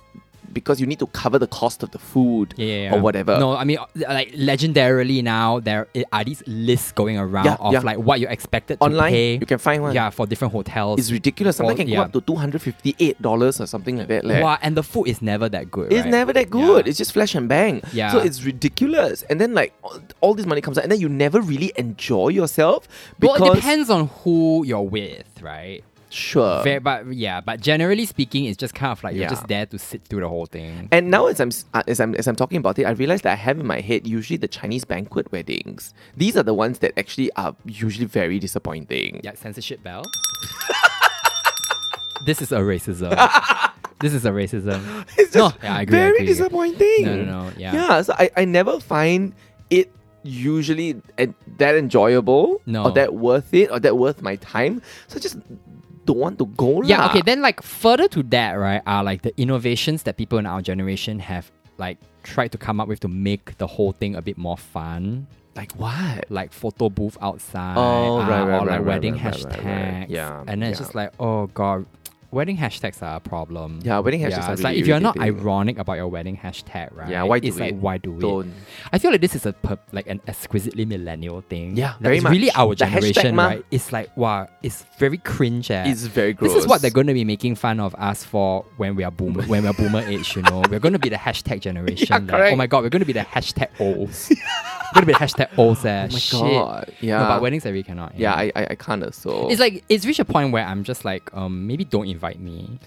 Speaker 3: because you need to cover the cost of the food
Speaker 1: yeah, yeah,
Speaker 3: or
Speaker 1: yeah.
Speaker 3: whatever.
Speaker 1: No, I mean, uh, like legendarily now there i- are these lists going around
Speaker 3: Yeah,
Speaker 1: of
Speaker 3: yeah.
Speaker 1: like what you're expected
Speaker 3: Online,
Speaker 1: to pay.
Speaker 3: you can find one.
Speaker 1: Yeah, for different hotels.
Speaker 3: It's ridiculous. Something
Speaker 1: Well,
Speaker 3: can
Speaker 1: yeah.
Speaker 3: go up to two hundred fifty-eight dollars or something like that. leh.
Speaker 1: Wow, and the food is never that good.
Speaker 3: It's
Speaker 1: right?
Speaker 3: never that good.
Speaker 1: Yeah.
Speaker 3: It's just flash and bang.
Speaker 1: Yeah.
Speaker 3: So it's ridiculous. And then like all- all this money comes out, and then you never really enjoy yourself because
Speaker 1: well, it depends on who you're with, right?
Speaker 3: sure.
Speaker 1: Fair, but yeah, but generally speaking, it's just kind of like you're
Speaker 3: Uh. Yeah.
Speaker 1: just there to sit through the whole thing.
Speaker 3: and now as I'm s- uh, as I'm as I'm talking about it, I realize that I have in my head usually the Chinese banquet weddings. These are the ones that actually are usually very disappointing.
Speaker 1: yeah, censorship bell. <laughs> this is a
Speaker 3: <laughs>
Speaker 1: racism. this is a racism.
Speaker 3: It's
Speaker 1: No,
Speaker 3: just
Speaker 1: yeah, I agree, I
Speaker 3: very
Speaker 1: agree.
Speaker 3: disappointing.
Speaker 1: No, no, no, yeah.
Speaker 3: Yeah. So I, I never find it usually en- that enjoyable
Speaker 1: No.
Speaker 3: or that worth it or that worth my time. So I just don't want to go
Speaker 1: Yeah,
Speaker 3: lah.
Speaker 1: okay, then like further to that, right, are like the innovations that people in our generation have like tried to come up with to make the whole thing a bit more fun.
Speaker 3: Like what?
Speaker 1: Like photo booth outside.
Speaker 3: Oh,
Speaker 1: ah,
Speaker 3: right, right,
Speaker 1: or like
Speaker 3: right, right,
Speaker 1: wedding
Speaker 3: right, right,
Speaker 1: hashtags.
Speaker 3: right, right. Yeah,
Speaker 1: And then it's
Speaker 3: yeah.
Speaker 1: just like, oh god, wedding hashtags are a problem.
Speaker 3: Yeah, wedding hashtags
Speaker 1: Yeah,
Speaker 3: are
Speaker 1: it's like
Speaker 3: really
Speaker 1: if you're not
Speaker 3: irritating.
Speaker 1: ironic about your wedding hashtag, right?
Speaker 3: Yeah, why do
Speaker 1: it's
Speaker 3: it?
Speaker 1: like why do it?
Speaker 3: Don't.
Speaker 1: I feel like this is a per- like an exquisitely millennial thing.
Speaker 3: Yeah,
Speaker 1: Like,
Speaker 3: very
Speaker 1: it's really
Speaker 3: much.
Speaker 1: our
Speaker 3: The hashtag
Speaker 1: generation,
Speaker 3: mah.
Speaker 1: right? It's like wow, it's very cringe. Eh?
Speaker 3: It's very gross.
Speaker 1: This is what they're going to be making fun of us for when we are boomer when we're
Speaker 3: <laughs>
Speaker 1: boomer age. You know, we're going to be the hashtag generation. like,
Speaker 3: correct.
Speaker 1: oh my god, we're going to be the hashtag
Speaker 3: <laughs>
Speaker 1: olds. we're going to be the hashtag olds. Eh.
Speaker 3: Oh my
Speaker 1: Shit.
Speaker 3: god. Yeah.
Speaker 1: No, but weddings I really cannot. you
Speaker 3: yeah,
Speaker 1: know.
Speaker 3: I I, I kind of so.
Speaker 1: it's like it's reached a point where I'm just like, um, maybe don't invite me.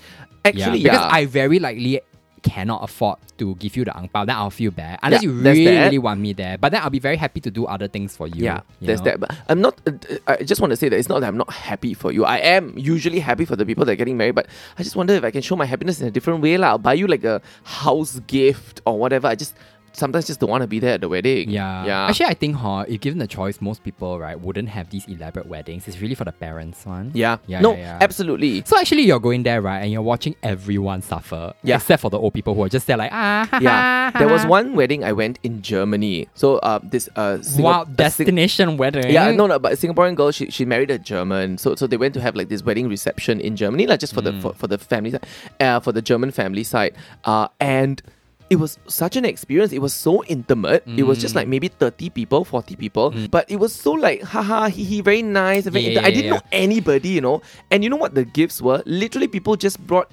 Speaker 3: actually
Speaker 1: because
Speaker 3: yeah.
Speaker 1: I very likely cannot afford to give you the ang pao. Then I'll feel bad unless
Speaker 3: Yeah,
Speaker 1: you
Speaker 3: there's
Speaker 1: really,
Speaker 3: that.
Speaker 1: really want me there. But then I'll be very happy to do other things for you.
Speaker 3: yeah,
Speaker 1: you
Speaker 3: there's
Speaker 1: know?
Speaker 3: that. But I'm not. uh, uh, I just want to say that it's not that I'm not happy for you. I am usually happy for the people that are getting married, but I just wonder if I can show my happiness in a different way. lah. I'll buy you like a house gift or whatever. I just sometimes just don't want to be there at the wedding.
Speaker 1: Yeah.
Speaker 3: yeah.
Speaker 1: Actually, I think, huh, if given the choice, most people, right, wouldn't have these elaborate weddings. It's really for the parents one.
Speaker 3: yeah,
Speaker 1: Yeah.
Speaker 3: no,
Speaker 1: yeah, yeah.
Speaker 3: absolutely.
Speaker 1: So actually, you're going there, right, and you're watching everyone suffer.
Speaker 3: Yeah.
Speaker 1: Except for the old people who are just there, like, ah, ha,
Speaker 3: Yeah,
Speaker 1: ha,
Speaker 3: there <laughs> was
Speaker 1: ha.
Speaker 3: one wedding I went in Germany. So uh, this uh, Singa-
Speaker 1: Wow,
Speaker 3: a Sing-
Speaker 1: destination wedding.
Speaker 3: Yeah, no, no, but a Singaporean girl, she, she married a German, so so they went to have like this wedding reception in Germany, like just for
Speaker 1: Mm.
Speaker 3: the for, for the family, side, uh, for the German family side, uh, and it was such an experience. It was so intimate. It was
Speaker 1: Mm.
Speaker 3: just like maybe thirty people, forty people, but it was so like haha, hee hee, very nice. Very
Speaker 1: Yeah,
Speaker 3: inti- I
Speaker 1: yeah,
Speaker 3: didn't
Speaker 1: yeah.
Speaker 3: know anybody, you know, and you know what the gifts were? Literally, people just brought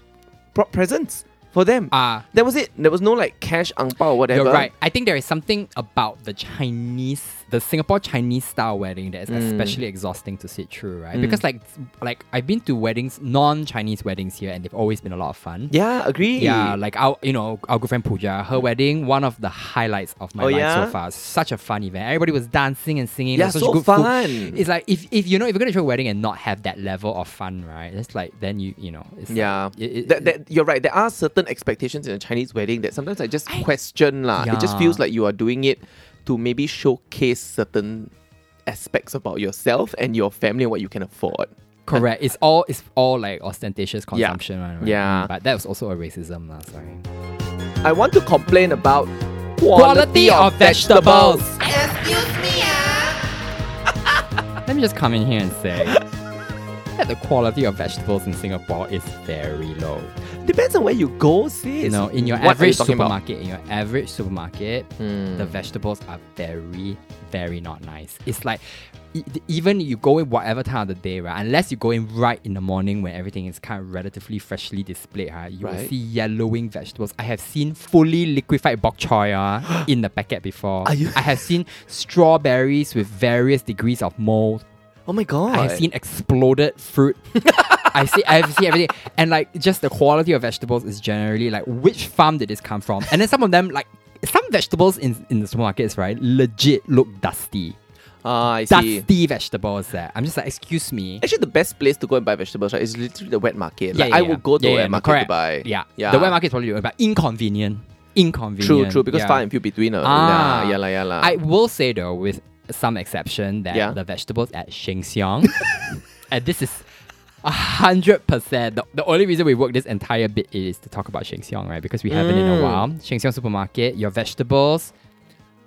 Speaker 3: brought presents for them.
Speaker 1: Ah.
Speaker 3: that was it. There was no like cash, ang pao, or whatever.
Speaker 1: You're right. I think there is something about the Chinese the Singapore Chinese style wedding that is
Speaker 3: Mm.
Speaker 1: especially exhausting to sit through, right? Because like like I've been to weddings, non-Chinese weddings here, and they've always been a lot of fun.
Speaker 3: Yeah, agree.
Speaker 1: Yeah, like our you know our good friend Pooja, her wedding, one of the highlights of my
Speaker 3: Oh,
Speaker 1: life
Speaker 3: yeah?
Speaker 1: so far. Such a fun event. Everybody was dancing and singing. There
Speaker 3: Yeah,
Speaker 1: was
Speaker 3: so
Speaker 1: such good
Speaker 3: fun.
Speaker 1: Food. It's like if, if you know if you're gonna throw a wedding and not have that level of fun, right? It's like then you you know it's
Speaker 3: Yeah,
Speaker 1: Like, it- it-
Speaker 3: that, that, you're right. There are certain expectations in a Chinese wedding that sometimes I just question lah. It just
Speaker 1: Yeah.
Speaker 3: feels like you are doing it to maybe showcase certain aspects about yourself and your family and what you can afford.
Speaker 1: correct. It's all it's all like ostentatious consumption, right? right?
Speaker 3: Yeah.
Speaker 1: Mm, But that was also a racism, lah. Sorry.
Speaker 3: I want to complain about quality,
Speaker 1: of vegetables.
Speaker 4: Excuse me, ah.
Speaker 1: Let me just come in here and say <laughs> that the quality of vegetables in Singapore is very low.
Speaker 3: Depends on where you go, sis.
Speaker 1: You know, in your
Speaker 3: What are you
Speaker 1: average
Speaker 3: talking about? Hmm.
Speaker 1: supermarket, in your average supermarket, the vegetables are very, very not nice. It's like e- even you go in whatever time of the day, right? Unless you go in right in the morning when everything is kind of relatively freshly displayed, right? You will
Speaker 3: Right.
Speaker 1: see yellowing vegetables. I have seen fully liquefied bok choy ah,
Speaker 3: <gasps>
Speaker 1: in the packet before.
Speaker 3: Are you-
Speaker 1: I have seen strawberries with various degrees of mold.
Speaker 3: Oh my god.
Speaker 1: I have seen exploded fruit. <laughs> I see. I have seen everything, and like just the quality of vegetables is generally like which farm did this come from, and then some of them like some vegetables in in the supermarkets right legit look dusty,
Speaker 3: Ah, I see.
Speaker 1: dusty vegetables. There, I'm just like, excuse me.
Speaker 3: Actually, the best place to go and buy vegetables right, is literally the wet market. Like, I will go to
Speaker 1: Yeah,
Speaker 3: a
Speaker 1: yeah,
Speaker 3: wet
Speaker 1: yeah,
Speaker 3: market
Speaker 1: correct.
Speaker 3: to buy.
Speaker 1: Yeah,
Speaker 3: yeah.
Speaker 1: The wet market is probably but inconvenient, inconvenient.
Speaker 3: True, true. Because
Speaker 1: yeah.
Speaker 3: far and few between. Uh,
Speaker 1: Ah,
Speaker 3: yeah, yeah, lah, yeah, lah.
Speaker 1: I will say though, with some exception, that
Speaker 3: Yeah.
Speaker 1: the vegetables at Sheng Siong, <laughs> and this is a hundred percent the, the only reason we work this entire bit is to talk about Sheng Siong, right? Because we haven't
Speaker 3: Mm.
Speaker 1: in a while. Sheng Siong supermarket, your vegetables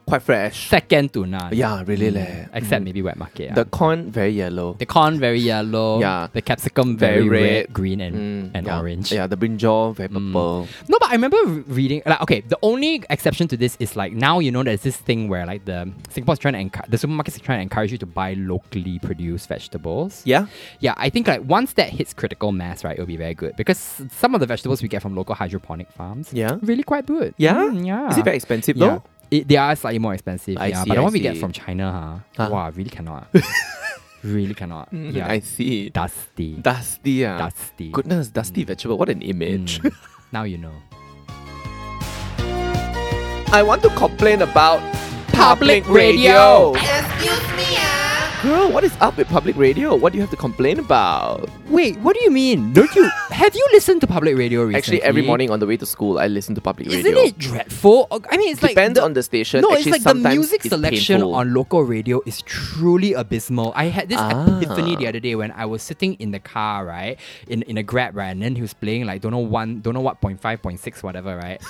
Speaker 3: quite fresh.
Speaker 1: second to none.
Speaker 3: Yeah, really leh.
Speaker 1: Mm,
Speaker 3: Mm.
Speaker 1: Except maybe wet market.
Speaker 3: The
Speaker 1: The,
Speaker 3: corn very yellow.
Speaker 1: the corn very yellow.
Speaker 3: Yeah.
Speaker 1: The capsicum very,
Speaker 3: Very
Speaker 1: red,
Speaker 3: red.
Speaker 1: green, and
Speaker 3: Mm,
Speaker 1: and
Speaker 3: yeah.
Speaker 1: orange. Mm.
Speaker 3: Yeah, the brinjal very purple.
Speaker 1: No, but I remember re- reading like okay, the only exception to this is like now you know there's this thing where like the Singapore's trying to encourage the supermarkets are trying to encourage you to buy locally produced vegetables.
Speaker 3: Yeah.
Speaker 1: Yeah, I think like once that hits critical mass, right, it'll be very good because some of the vegetables we get from local hydroponic farms,
Speaker 3: Yeah.
Speaker 1: really quite good.
Speaker 3: Yeah?
Speaker 1: Mm, yeah.
Speaker 3: Is it very expensive
Speaker 1: Yeah.
Speaker 3: though?
Speaker 1: It, they are slightly more expensive.
Speaker 3: I
Speaker 1: yeah,
Speaker 3: see,
Speaker 1: but the
Speaker 3: I
Speaker 1: one we get
Speaker 3: see.
Speaker 1: from China, huh?
Speaker 3: Ah.
Speaker 1: Wow, really cannot.
Speaker 3: <laughs>
Speaker 1: really cannot. Yeah,
Speaker 3: Mm, Mm-hmm. I see.
Speaker 1: dusty,
Speaker 3: Dusty. Ah.
Speaker 1: dusty.
Speaker 3: Goodness, dusty vegetable. What an image. <laughs>
Speaker 1: Mm. now you know.
Speaker 3: I want to complain about
Speaker 1: Public radio.
Speaker 4: Excuse me, ah.
Speaker 3: Girl, what is up with public radio? What do you have to complain about?
Speaker 1: Wait, what do you mean? Don't you have you listened to public radio recently?
Speaker 3: Actually, every morning on the way to school, I listen to public
Speaker 1: Isn't
Speaker 3: radio.
Speaker 1: it dreadful? Oh, I mean, it's like
Speaker 3: Depends on the station.
Speaker 1: No,
Speaker 3: Actually,
Speaker 1: it's like the
Speaker 3: sometimes
Speaker 1: music
Speaker 3: it's
Speaker 1: selection
Speaker 3: painful.
Speaker 1: on local radio is truly abysmal. I had this
Speaker 3: Ah.
Speaker 1: epiphany the other day when I was sitting in the car, right, in in a grab, right, and then he was playing like don't know one, don't know what point five, point six, whatever,
Speaker 3: <laughs>
Speaker 1: right,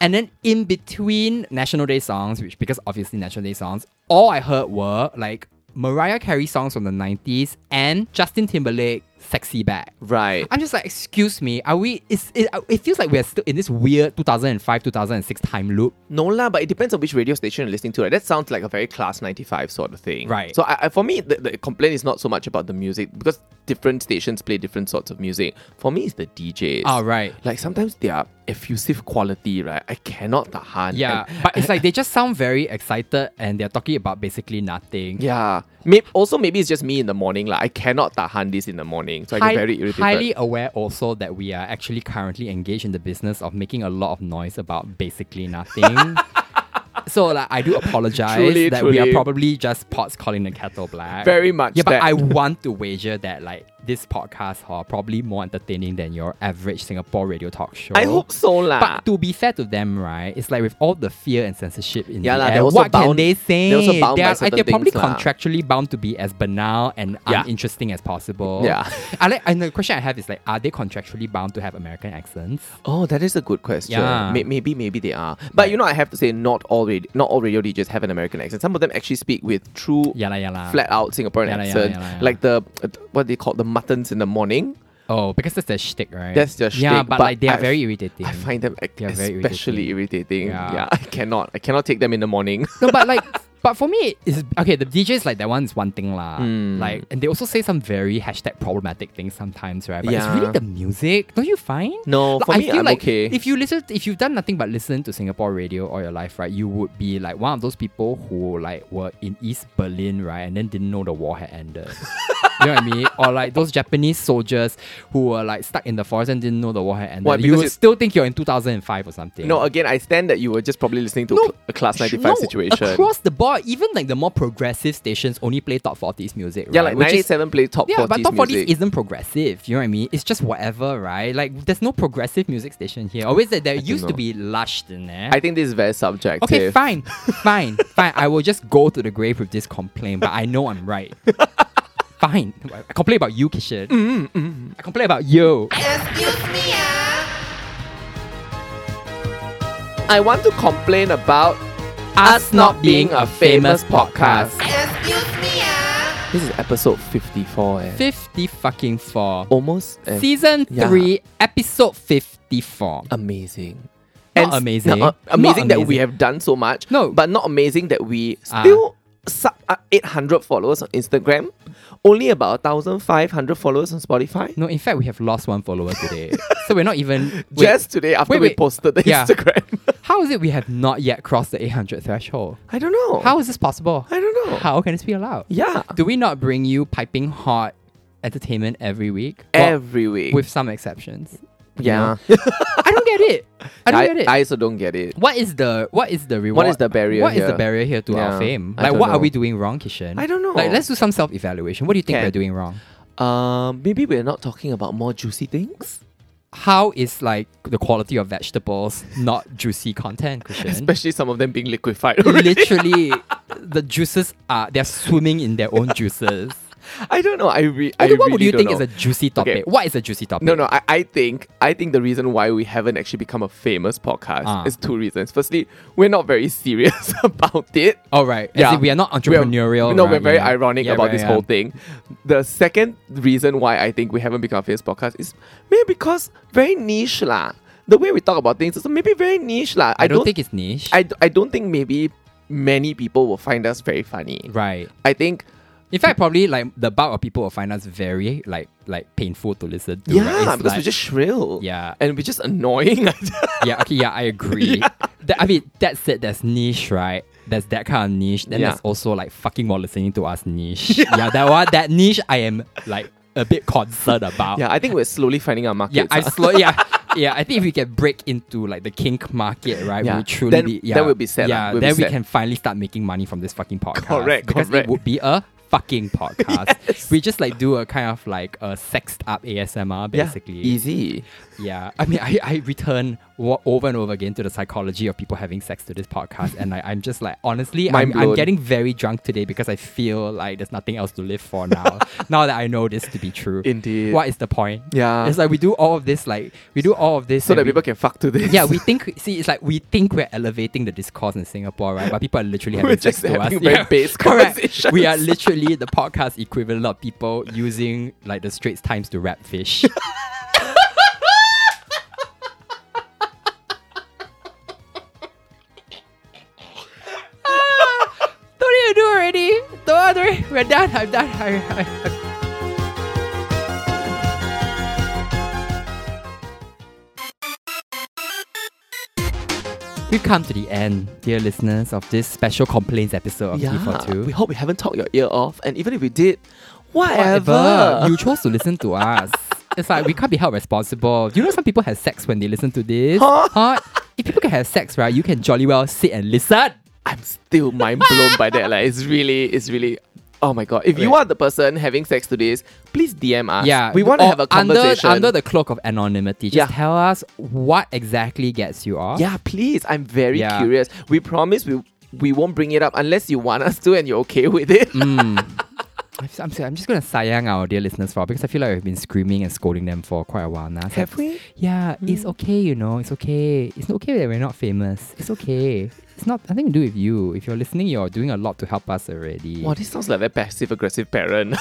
Speaker 1: and then in between National Day songs, which because obviously National Day songs, all I heard were like Mariah Carey songs from the '90s and Justin Timberlake, "Sexy Back."
Speaker 3: Right.
Speaker 1: I'm just like, excuse me, are we? It's, it, it feels like we're still in this weird 2005, 2006 time loop.
Speaker 3: No lah, but it depends on which radio station you're listening to. Right? That sounds like a very class 95 sort of thing.
Speaker 1: Right.
Speaker 3: So I, I, for me, the, the complaint is not so much about the music because different stations play different sorts of music. For me, it's the DJs.
Speaker 1: Oh, right.
Speaker 3: Like sometimes they are effusive quality, right? I cannot tahan.
Speaker 1: Yeah,
Speaker 3: And-
Speaker 1: but it's like they just sound very excited and they're talking about basically nothing.
Speaker 3: yeah. May, also, maybe it's just me in the morning. Like I cannot tahan this in the morning. So I get
Speaker 1: Hi-
Speaker 3: very irritated.
Speaker 1: highly aware also that we are actually currently engaged in the business of making a lot of noise about basically
Speaker 3: <laughs>
Speaker 1: nothing. so like I do apologize
Speaker 3: Truly,
Speaker 1: that we are
Speaker 3: truly.
Speaker 1: probably just pots calling the kettle black.
Speaker 3: Very much
Speaker 1: Yeah, but
Speaker 3: that. <laughs>
Speaker 1: I want to wager that like this podcast are probably more entertaining than your average Singapore radio talk show.
Speaker 3: I hope so lah.
Speaker 1: But to be fair to them, right, it's like with all the fear and censorship in
Speaker 3: Yeah
Speaker 1: the
Speaker 3: lah,
Speaker 1: air,
Speaker 3: they're also
Speaker 1: what can
Speaker 3: bound-
Speaker 1: they say?
Speaker 3: they're also bound by
Speaker 1: are,
Speaker 3: certain
Speaker 1: they're probably
Speaker 3: things lah.
Speaker 1: contractually bound to be as banal and
Speaker 3: Yeah.
Speaker 1: uninteresting as possible.
Speaker 3: Yeah.
Speaker 1: I like, <laughs> and the question I have is like, are they contractually bound to have American accents?
Speaker 3: Oh, that is a good question.
Speaker 1: Yeah.
Speaker 3: May- Maybe, maybe they are. But you know, I have to say, not all radio, not all radio DJs have an American accent. Some of them actually speak with true,
Speaker 1: Yeah lah, yeah lah.
Speaker 3: flat out Singaporean
Speaker 1: Yeah lah, yeah lah,
Speaker 3: accent,
Speaker 1: yeah lah, yeah
Speaker 3: like the uh, what they call the muttons in the morning.
Speaker 1: Oh, because that's their shtick, right?
Speaker 3: That's their
Speaker 1: Yeah,
Speaker 3: shtick,
Speaker 1: but,
Speaker 3: but
Speaker 1: like they are
Speaker 3: I-
Speaker 1: very irritating.
Speaker 3: I find them ac-
Speaker 1: They are very
Speaker 3: especially irritating.
Speaker 1: Yeah.
Speaker 3: Yeah. I cannot. I cannot take them in the morning. <laughs>
Speaker 1: no, but like, But for me, it's okay. The DJs like that one is one thing lah.
Speaker 3: Hmm.
Speaker 1: Like, and they also say some very hashtag problematic things sometimes, right? But
Speaker 3: Yeah.
Speaker 1: it's really the music, don't you find?
Speaker 3: No, for
Speaker 1: I
Speaker 3: me,
Speaker 1: feel
Speaker 3: I'm
Speaker 1: like
Speaker 3: okay.
Speaker 1: If you listen, if you've done nothing but listen to Singapore radio all your life, right, you would be like one of those people who like were in East Berlin, right, and then didn't know the war had ended. <laughs> you know what I mean? Or like those Japanese soldiers who were like stuck in the forest and didn't know the war had ended.
Speaker 3: What,
Speaker 1: you
Speaker 3: because
Speaker 1: would
Speaker 3: it-
Speaker 1: still think you're in 2005 or something.
Speaker 3: No, again, I stand that you were just probably listening to a
Speaker 1: No,
Speaker 3: cl- a class
Speaker 1: sh-
Speaker 3: 95
Speaker 1: no,
Speaker 3: situation.
Speaker 1: Across the board, even like the more progressive stations only play top 40s music.
Speaker 3: yeah,
Speaker 1: right?
Speaker 3: like
Speaker 1: Which is-
Speaker 3: 97 play top
Speaker 1: yeah,
Speaker 3: 40s
Speaker 1: but top 40s
Speaker 3: music.
Speaker 1: isn't progressive. You know what I mean? It's just whatever, right? Like, there's no progressive music station here. Always that there used to
Speaker 3: know.
Speaker 1: be lush in there.
Speaker 3: I think this is very subjective.
Speaker 1: okay,
Speaker 3: <laughs>
Speaker 1: fine, fine, fine. I will just go to the grave with this complaint, but I know I'm
Speaker 3: <laughs>
Speaker 1: right. fine. I complain about you, Kishan.
Speaker 3: Mm,
Speaker 1: I complain about you.
Speaker 4: Excuse me, ah.
Speaker 3: I want to complain about us not being a famous podcast.
Speaker 4: Excuse me, ah.
Speaker 3: This is episode 54. Eh.
Speaker 1: 50 fucking 4.
Speaker 3: Almost eh,
Speaker 1: Season
Speaker 3: yeah.
Speaker 1: 3, episode 54.
Speaker 3: Uh. amazing.
Speaker 1: Not
Speaker 3: s-
Speaker 1: amazing.
Speaker 3: no, uh,
Speaker 1: Not
Speaker 3: amazing that we
Speaker 1: amazing.
Speaker 3: have done so much.
Speaker 1: No.
Speaker 3: But not amazing that we
Speaker 1: Ah.
Speaker 3: still sub uh, 800 followers on Instagram, only about 1,500 followers on Spotify.
Speaker 1: No, in fact, we have lost one follower
Speaker 3: <laughs>
Speaker 1: today. so we're not even. wait,
Speaker 3: Just today after
Speaker 1: Wait,
Speaker 3: we
Speaker 1: wait.
Speaker 3: posted the
Speaker 1: Yeah. <laughs>
Speaker 3: Instagram.
Speaker 1: How is it we have not yet crossed the 800 threshold?
Speaker 3: I don't know.
Speaker 1: How is this possible?
Speaker 3: I don't know.
Speaker 1: How can this be allowed?
Speaker 3: Yeah.
Speaker 1: Do we not bring you piping hot entertainment every week? Well,
Speaker 3: Every week.
Speaker 1: with some exceptions.
Speaker 3: yeah. <laughs>
Speaker 1: I don't get it. I don't
Speaker 3: I,
Speaker 1: get it.
Speaker 3: I also don't get it.
Speaker 1: what is the what is the reward?
Speaker 3: is the barrier
Speaker 1: What is
Speaker 3: here?
Speaker 1: the barrier here to
Speaker 3: Yeah,
Speaker 1: our fame?
Speaker 3: I
Speaker 1: Like,
Speaker 3: don't
Speaker 1: what
Speaker 3: know.
Speaker 1: are we doing wrong, Kishan?
Speaker 3: I don't know.
Speaker 1: Like, let's do some self evaluation. What do you think
Speaker 3: Can.
Speaker 1: we're doing wrong?
Speaker 3: Um, maybe we're not talking about more juicy things,
Speaker 1: How is like the quality of vegetables not juicy content, Kishan?
Speaker 3: especially <laughs> some of them being liquefied.
Speaker 1: literally the juices are they're swimming in their own juices.
Speaker 3: <laughs> I don't know. I, re- I
Speaker 1: I
Speaker 3: really
Speaker 1: what would you
Speaker 3: don't
Speaker 1: think
Speaker 3: know.
Speaker 1: is a juicy topic?
Speaker 3: Okay.
Speaker 1: What is a juicy topic?
Speaker 3: No, no. I, I think I think the reason why we haven't actually become a famous podcast
Speaker 1: Ah.
Speaker 3: is two reasons. Firstly, we're not very <laughs> serious about it.
Speaker 1: All right. As in we are not
Speaker 3: We're-
Speaker 1: entrepreneurial.
Speaker 3: no,
Speaker 1: right?
Speaker 3: we're very
Speaker 1: Yeah.
Speaker 3: ironic
Speaker 1: Yeah,
Speaker 3: about
Speaker 1: right,
Speaker 3: this
Speaker 1: yeah.
Speaker 3: whole thing. The second reason why I think we haven't become a famous podcast is maybe because very niche lah. The way we talk about things is maybe very niche lah.
Speaker 1: I, don't, think it's niche.
Speaker 3: I, d- I don't think maybe many people will find us very funny.
Speaker 1: right.
Speaker 3: I think
Speaker 1: In fact, probably like the bulk of people will find us very like like painful to listen to.
Speaker 3: yeah,
Speaker 1: right? It's
Speaker 3: because
Speaker 1: like-
Speaker 3: we're just shrill.
Speaker 1: Yeah.
Speaker 3: and we're just annoying. <laughs>
Speaker 1: yeah, okay, yeah, I agree. That- I mean, that said, there's niche, right? There's that kind of niche. Then
Speaker 3: Yeah.
Speaker 1: there's also like fucking more listening to us
Speaker 3: <laughs>
Speaker 1: niche. Yeah. that one, that niche, I am like a bit concerned about.
Speaker 3: yeah, I think we're slowly finding our ah. market.
Speaker 1: Yeah, I slow.
Speaker 3: <laughs>
Speaker 1: Yeah, yeah. I think if we can break into like the kink market, right,
Speaker 3: Yeah.
Speaker 1: we'll truly
Speaker 3: Then-
Speaker 1: be.
Speaker 3: then
Speaker 1: Yeah,
Speaker 3: we'll be set,
Speaker 1: Yeah,
Speaker 3: lah. We'll be
Speaker 1: then we
Speaker 3: set.
Speaker 1: can finally start making money from this fucking podcast.
Speaker 3: Correct,
Speaker 1: because
Speaker 3: correct.
Speaker 1: it would be a
Speaker 3: <laughs>
Speaker 1: fucking podcast.
Speaker 3: Yes.
Speaker 1: We just like do a kind of like a sexed up ASMR, basically. Yeah,
Speaker 3: easy.
Speaker 1: I mean, I I return wa- over and over again to the psychology of people having sex to this podcast, and I, I'm just like honestly,
Speaker 3: Mind
Speaker 1: I'm, I'm
Speaker 3: blown.
Speaker 1: getting very drunk today because I feel like there's nothing else to live for
Speaker 3: <laughs>
Speaker 1: now. now that I know this to be true,
Speaker 3: Indeed.
Speaker 1: What is the point?
Speaker 3: Yeah.
Speaker 1: It's like we do all of this, like we do all of this
Speaker 3: so
Speaker 1: and
Speaker 3: that
Speaker 1: we-
Speaker 3: people can fuck to this.
Speaker 1: Yeah,
Speaker 3: <laughs>
Speaker 1: we think. See, it's like we think we're elevating the discourse in Singapore, right? But people are literally having
Speaker 3: <laughs> We're
Speaker 1: sex to
Speaker 3: just having
Speaker 1: us.
Speaker 3: very
Speaker 1: Yeah.
Speaker 3: base
Speaker 1: <laughs> Correct. We are
Speaker 3: conversations.
Speaker 1: literally the podcast equivalent of people using like the Straits Times to rap fish.
Speaker 3: <laughs>
Speaker 1: <laughs> Ah, Don't need to do already. Don't worry. We're done. I'm done. I, I, I, We've come to the end, dear listeners, of this special complaints episode of Tea for
Speaker 3: yeah.
Speaker 1: Two.
Speaker 3: We hope we haven't talked your ear off, and even if we did, whatever.
Speaker 1: Whatever. You chose to listen to us. It's like we can't be held responsible. You know, some people have sex when they listen to this.
Speaker 3: Huh?
Speaker 1: Huh? If people can have sex, right, you can jolly well sit and listen.
Speaker 3: I'm still mind blown by that. Like it's really, it's really. Oh my god! If you
Speaker 1: Wait.
Speaker 3: are the person having sex to this, please DM us.
Speaker 1: Yeah,
Speaker 3: we want to
Speaker 1: or
Speaker 3: have a
Speaker 1: under-
Speaker 3: conversation.
Speaker 1: under the cloak of anonymity. Just
Speaker 3: Yeah.
Speaker 1: tell us what exactly gets you off.
Speaker 3: yeah, please. I'm very
Speaker 1: Yeah.
Speaker 3: curious. We promise we we won't bring it up unless you want us to and you're okay with it.
Speaker 1: Mm. I'm, I'm, I'm just gonna sayang our dear listeners for because I feel like we've been screaming and scolding them for quite a while now. So-
Speaker 3: <laughs> Have we? Hmm.
Speaker 1: Yeah, it's okay, you know. It's okay. It's okay that we're not famous. It's okay. It's not nothing to do with you. If you're listening, you're doing a lot to help us already.
Speaker 3: Wow, this sounds like a passive aggressive parent.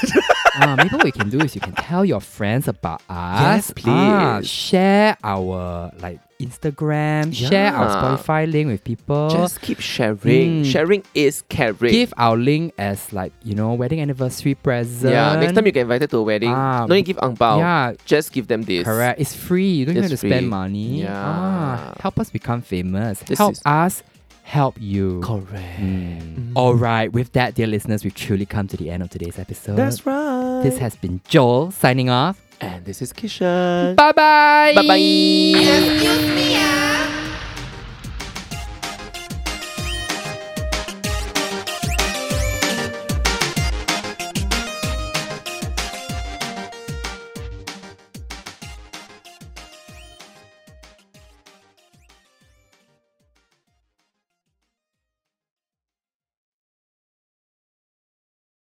Speaker 1: uh, maybe what you can do is you can tell your friends about us.
Speaker 3: Yes,
Speaker 1: Ah,
Speaker 3: please.
Speaker 1: share our like Instagram, share our
Speaker 3: Yeah.
Speaker 1: Spotify link with people.
Speaker 3: Just keep sharing.
Speaker 1: Mm.
Speaker 3: Sharing is caring.
Speaker 1: give our link as like you know wedding anniversary present.
Speaker 3: Yeah, next time you get invited to a wedding,
Speaker 1: Ah,
Speaker 3: don't need to give ang bao.
Speaker 1: yeah.
Speaker 3: Just give them this.
Speaker 1: Correct. It's free. You don't even have to
Speaker 3: It's
Speaker 1: spend
Speaker 3: free.
Speaker 1: money.
Speaker 3: Yeah.
Speaker 1: Ah, help us become famous.
Speaker 3: This
Speaker 1: help
Speaker 3: is-
Speaker 1: us help you.
Speaker 3: Correct.
Speaker 1: Mm. All right. With that, dear listeners, we've truly come to the end of today's episode.
Speaker 3: That's right.
Speaker 1: This has been Joel signing off.
Speaker 3: and this is Kishan.
Speaker 1: Bye bye.
Speaker 3: Bye bye.
Speaker 4: Excuse me, ah.